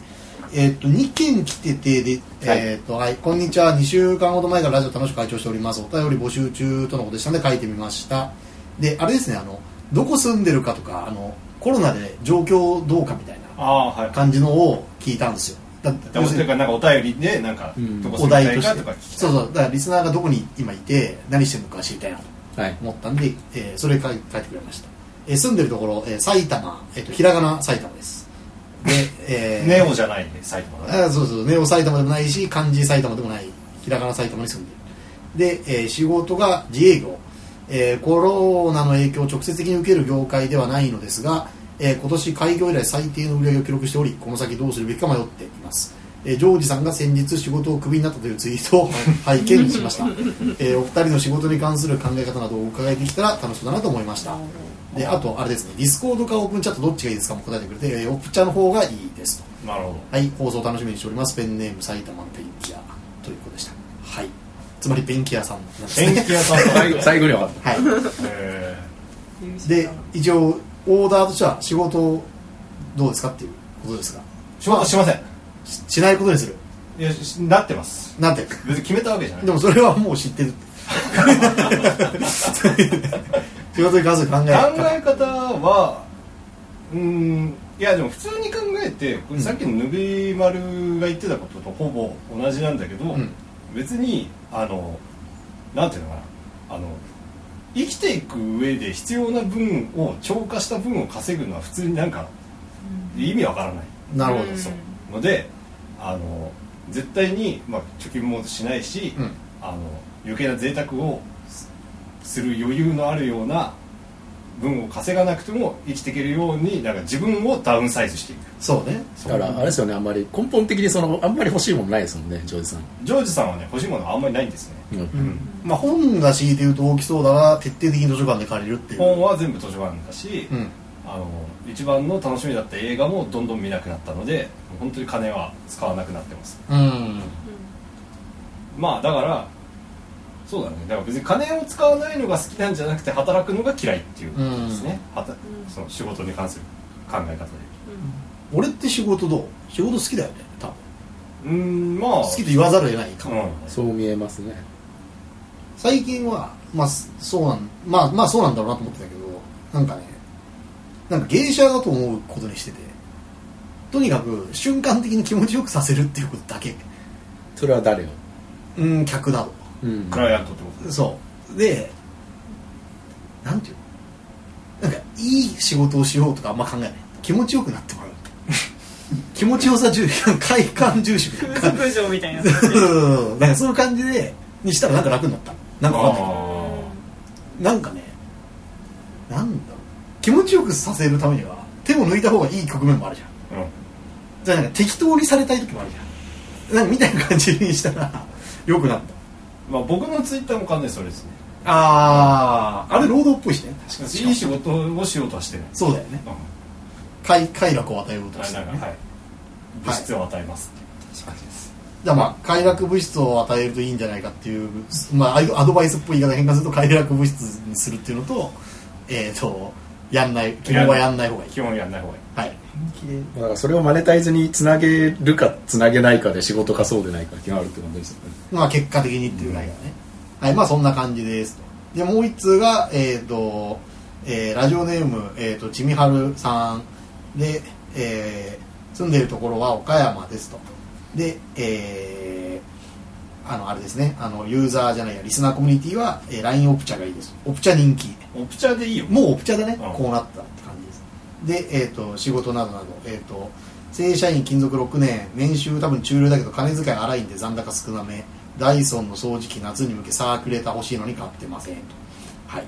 Speaker 2: えっと、2件来ててで、えっとはい、こんにちは2週間ほど前からラジオ楽しく会長しておりますお便り募集中とのことでしたので書いてみましたであれですねあのどこ住んでるかとかあのコロナで状況どうかみたいな
Speaker 3: ああーはい
Speaker 2: 感じのを聞いたんですよだって
Speaker 3: でもというかなんかお便りでなんか
Speaker 4: うん
Speaker 3: どこ住
Speaker 2: お
Speaker 3: みた
Speaker 2: 題
Speaker 3: い
Speaker 2: とし
Speaker 3: か
Speaker 2: て
Speaker 3: とか聞きた
Speaker 2: そう
Speaker 3: い
Speaker 2: そうだからリスナーがどこに今いて何してるのか知りたいなと
Speaker 4: はい
Speaker 2: 思ったんで、えーそれ書い書いてくれました、えー住んでるところ、えー埼玉、えー、とひらがな埼玉ですで、えー
Speaker 3: ネオじゃないね埼玉だね
Speaker 2: あーそうそうネオ埼玉でもないし漢字埼玉でもないひらがな埼玉に住んでるで、えー仕事が自営業、えーコロナの影響を直接的に受ける業界ではないのですが、えー今年開業以来最低の売り上げを記録しておりこの先どうするべきか迷っていますえージョージさんが先日仕事をクビになったというツイートを 拝見しました、えーお二人の仕事に関する考え方などをお伺いできたら楽しそうだなと思いましたであとあれですねディスコードかオープンチャットどっちがいいですかも答えてくれて、えーオープンチャの方がいいですと
Speaker 3: なるほど
Speaker 2: はい、放送楽しみにしております。ペンネーム埼玉のペンキ屋ということでした。はい。つまりペンキ屋さんなんです
Speaker 3: 電
Speaker 2: ね。
Speaker 3: 気屋さんとか
Speaker 4: 最後最後に分かっ
Speaker 2: は
Speaker 3: え
Speaker 5: 優秀
Speaker 2: い。
Speaker 5: だ
Speaker 2: で、一応、オーダーとしては仕事どうですかっていうことですが、
Speaker 3: ー仕事しません
Speaker 2: ししないことにする。
Speaker 3: いやしなってます
Speaker 2: なんて。
Speaker 3: 別に決めたわけじゃない
Speaker 2: でもそれはもう知ってる。仕事に関する考え
Speaker 3: 考
Speaker 2: 方。
Speaker 3: え方はうーんいやでも普通に考えてこれさっきのぬび丸が言ってたこととほぼ同じなんだけど、
Speaker 2: うん
Speaker 3: 別にあのなんていうのかなあの生きていく上で必要な分を超過した分を稼ぐのは普通になんか意味わからない
Speaker 2: なるほど。
Speaker 5: うん
Speaker 3: そうのであの絶対に、まあ、貯金もしないし、
Speaker 2: うん。
Speaker 3: あの余計な贅沢をすする余裕のあるような分を稼がなくても生きていけるようになんか自分をダウンサイズしていく
Speaker 2: そうね。
Speaker 4: ただからあれですよねあんまり根本的にそのあんまり欲しいものないですもんねジョージさん、
Speaker 3: ジョージさんはね欲しいものがあんまりないんですね、
Speaker 4: うん
Speaker 2: まあ本が敷いて言うと大きそうだが、徹底的に図書館で借りるっていう。
Speaker 3: 本は全部図書館だし、
Speaker 2: うん。
Speaker 3: あの一番の楽しみだった映画もどんどん見なくなったので本当に金は使わなくなってます
Speaker 2: うん。
Speaker 3: まあだからそうだねだから別に金を使わないのが好きなんじゃなくて働くのが嫌いっていうことですね、はた
Speaker 5: ん
Speaker 3: その仕事に関する考え方で
Speaker 2: 俺って仕事どう仕事好きだよね多分
Speaker 3: うんまあ
Speaker 2: 好きと言わざるを得ないか
Speaker 3: う
Speaker 2: も、
Speaker 3: ん
Speaker 4: そう見えますね
Speaker 2: 最近はまあそうなんまあまあそうなんだろうなと思ってたけどなんかねなんか芸者だと思うことにしててとにかく瞬間的に気持ちよくさせるっていうことだけ
Speaker 4: それは誰を、
Speaker 2: うん客だ
Speaker 4: うん
Speaker 3: クライアントってこと
Speaker 2: と
Speaker 3: です
Speaker 2: そうでなんていうのなんかいい仕事をしようとかあんま考えない気持ちよくなって もらう気持ちよさ重視快感重 視みたいな
Speaker 5: 風俗嬢みたいなやつ
Speaker 2: うんなんかそういう感じでにしたらなんか楽になったなんかわかんないけ
Speaker 3: あ
Speaker 2: どなんかねなんだろう気持ちよくさせるためには手を抜いた方がいい局面もあるじゃん
Speaker 3: ーうん
Speaker 2: じゃあなんか適当にされたい時もあるじゃんなんかみたいな感じにしたら よくなった
Speaker 3: まあ僕のツイッターも完全にそれですね
Speaker 2: あああれ労働っぽいしね確
Speaker 3: いい仕事をしようとはしてない
Speaker 2: そうだよね
Speaker 3: うん
Speaker 2: 快快楽を与えようと
Speaker 3: あ
Speaker 2: して
Speaker 3: な
Speaker 2: る
Speaker 3: ん
Speaker 2: ね
Speaker 3: かはい物質を与えますっていう感じです
Speaker 2: じゃあまあ快楽物質を与えるといいんじゃないかっていう、まあ、ああいうアドバイスっぽい言い方変換すると快楽物質にするっていうのとえっ、とやんない基本はやんない方がいい
Speaker 3: 基本やんない方がいい
Speaker 2: はい
Speaker 4: だからそれをマネタイズにつなげるかつなげないかで仕事かそうでないか決まるってことですよね
Speaker 2: まあ結果的にっていうラインがね、はいまあそんな感じですとでもう一通がえっ、と、えーラジオネーム、えー、とちみはるさんで、えー住んでいるところは岡山ですとでえーあのあれですねあのユーザーじゃないやリスナーコミュニティは、えー LINE オプチャがいいですオプチャ人気
Speaker 3: オプチャでいいよ
Speaker 2: もうオプチャだね、
Speaker 3: うん
Speaker 2: こうなったって感じですで、えー、と仕事などなど、えー、と正社員勤続6年年収多分中流だけど金遣い荒いんで残高少なめダイソンの掃除機夏に向けサーキュレーター欲しいのに買ってませんとはい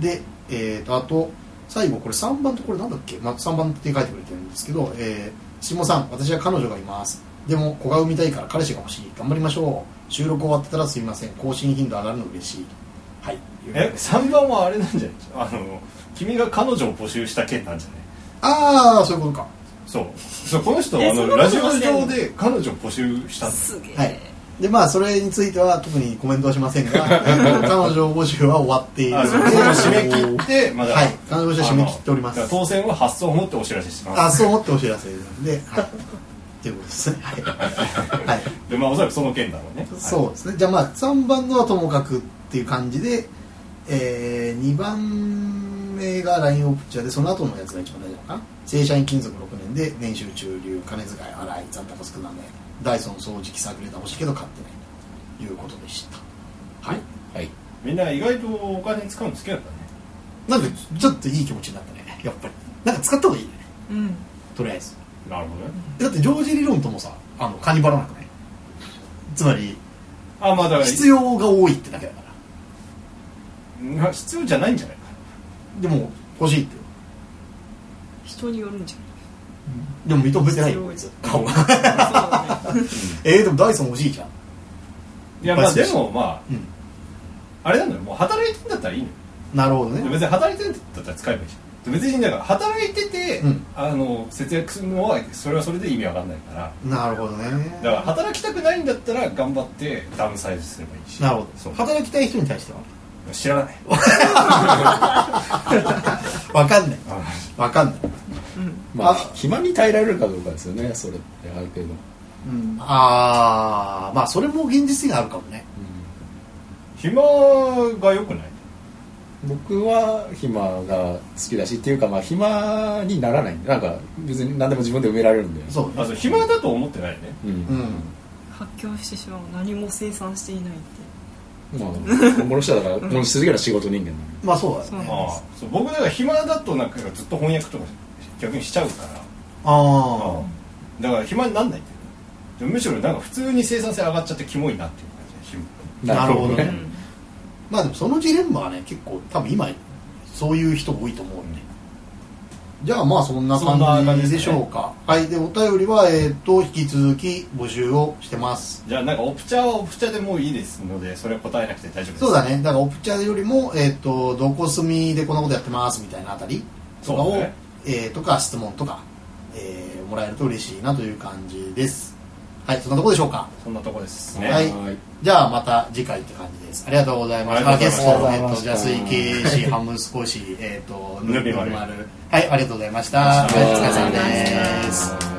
Speaker 2: で、えー、とあと最後これ3番とこれなんだっけ、まあ、3番って書いてくれてるんですけど、えー下さん私は彼女がいますでも子が産みたいから彼氏が欲しい頑張りましょう収録終わってたらすいません更新頻度上がるの嬉しいはい
Speaker 3: え3番はあれなんじゃないあの君が彼女を募集した件なんじゃない
Speaker 2: ああそういうことか
Speaker 3: そうそうこの人は
Speaker 5: え
Speaker 3: あ
Speaker 5: そん
Speaker 3: の
Speaker 5: なこと
Speaker 3: ラジオ
Speaker 5: してん
Speaker 3: 上
Speaker 5: の
Speaker 3: で彼女を募集したんです
Speaker 5: すげえ、
Speaker 2: はいでまあそれについては特にコメントはしません が彼女募集は終わっている
Speaker 3: あそうそれを締め切ってまだ、
Speaker 2: はい彼女募集は締め切っております
Speaker 3: あの当選は発送をもってお知らせしてま
Speaker 2: あ
Speaker 3: す
Speaker 2: そう思ってお知らせなんで、はい、ということですねはい、はい、
Speaker 3: でまあおそらくその件だろうね
Speaker 2: そうですねじゃあまあ3番のはともかくっていう感じで、え2番目が LINE オプチャーでその後のやつが一番大事なのかな正社員勤続6年で年収中流金遣い荒い残高少なめダイソン掃除機サーキュレーター欲しいけど買ってないということでしたはい
Speaker 4: はい
Speaker 3: みんな意外とお金使うの好きだったね
Speaker 2: なんかちょっといい気持ちになったねやっぱりなんか使った方がいいね
Speaker 5: うん
Speaker 2: とりあえず
Speaker 3: なるほどね
Speaker 2: だってジョージ理論ともさあのカニバラなくないつまり
Speaker 3: あまあだから
Speaker 2: 必要が多いってだけだから
Speaker 3: な必要じゃないんじゃないか
Speaker 2: でも欲しいって
Speaker 5: 人によるんじ
Speaker 2: でも認めてないよ
Speaker 5: 必要
Speaker 2: こいつ顔が
Speaker 5: ゃないそうだね
Speaker 2: えー、でもダイソン欲しいじゃん
Speaker 3: いやまあでもま
Speaker 2: うん
Speaker 3: ああれなんだよもう働いてんだったらいいのよ
Speaker 2: なるほど
Speaker 3: で
Speaker 2: ね
Speaker 3: 別に働いてんだったら使えばいいじゃんで別にだから働いてて、
Speaker 2: うん
Speaker 3: あの節約するのはそれはそれで意味わかんないから
Speaker 2: なるほどね
Speaker 3: だから働きたくないんだったら頑張ってダウンサイズすればいいし
Speaker 2: なるほ
Speaker 3: そ
Speaker 2: ど
Speaker 3: う
Speaker 2: 働きたい人に対しては
Speaker 3: 知らない
Speaker 2: 分かんない分かんない
Speaker 4: まあ
Speaker 2: あ
Speaker 4: 暇に耐えられるかどうかですよねそれってある程度、
Speaker 1: うん
Speaker 2: ああまあそれも現実にあるかもね
Speaker 3: 暇が良くない
Speaker 4: 僕は暇が好きだしっていうかまあ暇にならないなんか別に何でも自分で埋められるんで
Speaker 2: そう
Speaker 3: あ
Speaker 2: ね
Speaker 3: そう暇だと思ってないね
Speaker 4: う、
Speaker 2: うんん
Speaker 5: 発狂してしまう何も生産していないって
Speaker 4: まあ今後の人はだから本質的な仕事人間なんで
Speaker 2: まあそうだよ
Speaker 5: そう
Speaker 2: ね
Speaker 5: なんで
Speaker 3: あ
Speaker 5: す
Speaker 3: そう僕だから暇だとなんかずっと翻訳とか逆にしちゃうから
Speaker 2: あ
Speaker 3: だから暇になんないっていうでむしろなんか普通に生産性上がっちゃってキモいなっていう感じで
Speaker 2: あなるほど
Speaker 5: う
Speaker 2: ね
Speaker 5: ん
Speaker 2: あまあでもそのジレンマはね結構多分今そういう人多いと思うよねじゃあまあそんな
Speaker 3: そんな感
Speaker 2: 感
Speaker 3: じ
Speaker 2: じ
Speaker 3: で
Speaker 2: ですし
Speaker 3: ね
Speaker 2: ょうか、はいでお便りはえっ、と引き続き募集をしてます
Speaker 3: じゃあなんかオプチャはオプチャでもういいですのでそれは答えなくて大丈夫です
Speaker 2: そうだねだからオプチャよりもえっ、とどこ住みでこんなことやってますみたいなあたりとか
Speaker 3: そう
Speaker 2: を、
Speaker 3: だね
Speaker 2: えーとか質問とか、えーもらえると嬉しいなという感じですはいそんなところでしょうか
Speaker 3: そんなとこですね、
Speaker 2: は
Speaker 4: す
Speaker 2: い
Speaker 4: よはい
Speaker 2: じゃあまた次回って感じですありがとうございました
Speaker 3: あり
Speaker 2: ゲ
Speaker 3: がと
Speaker 2: ス
Speaker 3: う
Speaker 2: ト
Speaker 4: ござい
Speaker 2: えっ、
Speaker 4: ま
Speaker 2: と
Speaker 4: した
Speaker 2: ジャスイケシハムスコシえっ、と
Speaker 3: ヌビ
Speaker 2: マ
Speaker 3: マ
Speaker 2: ル
Speaker 3: ル
Speaker 2: はいありがとうございましたはいお疲れ様です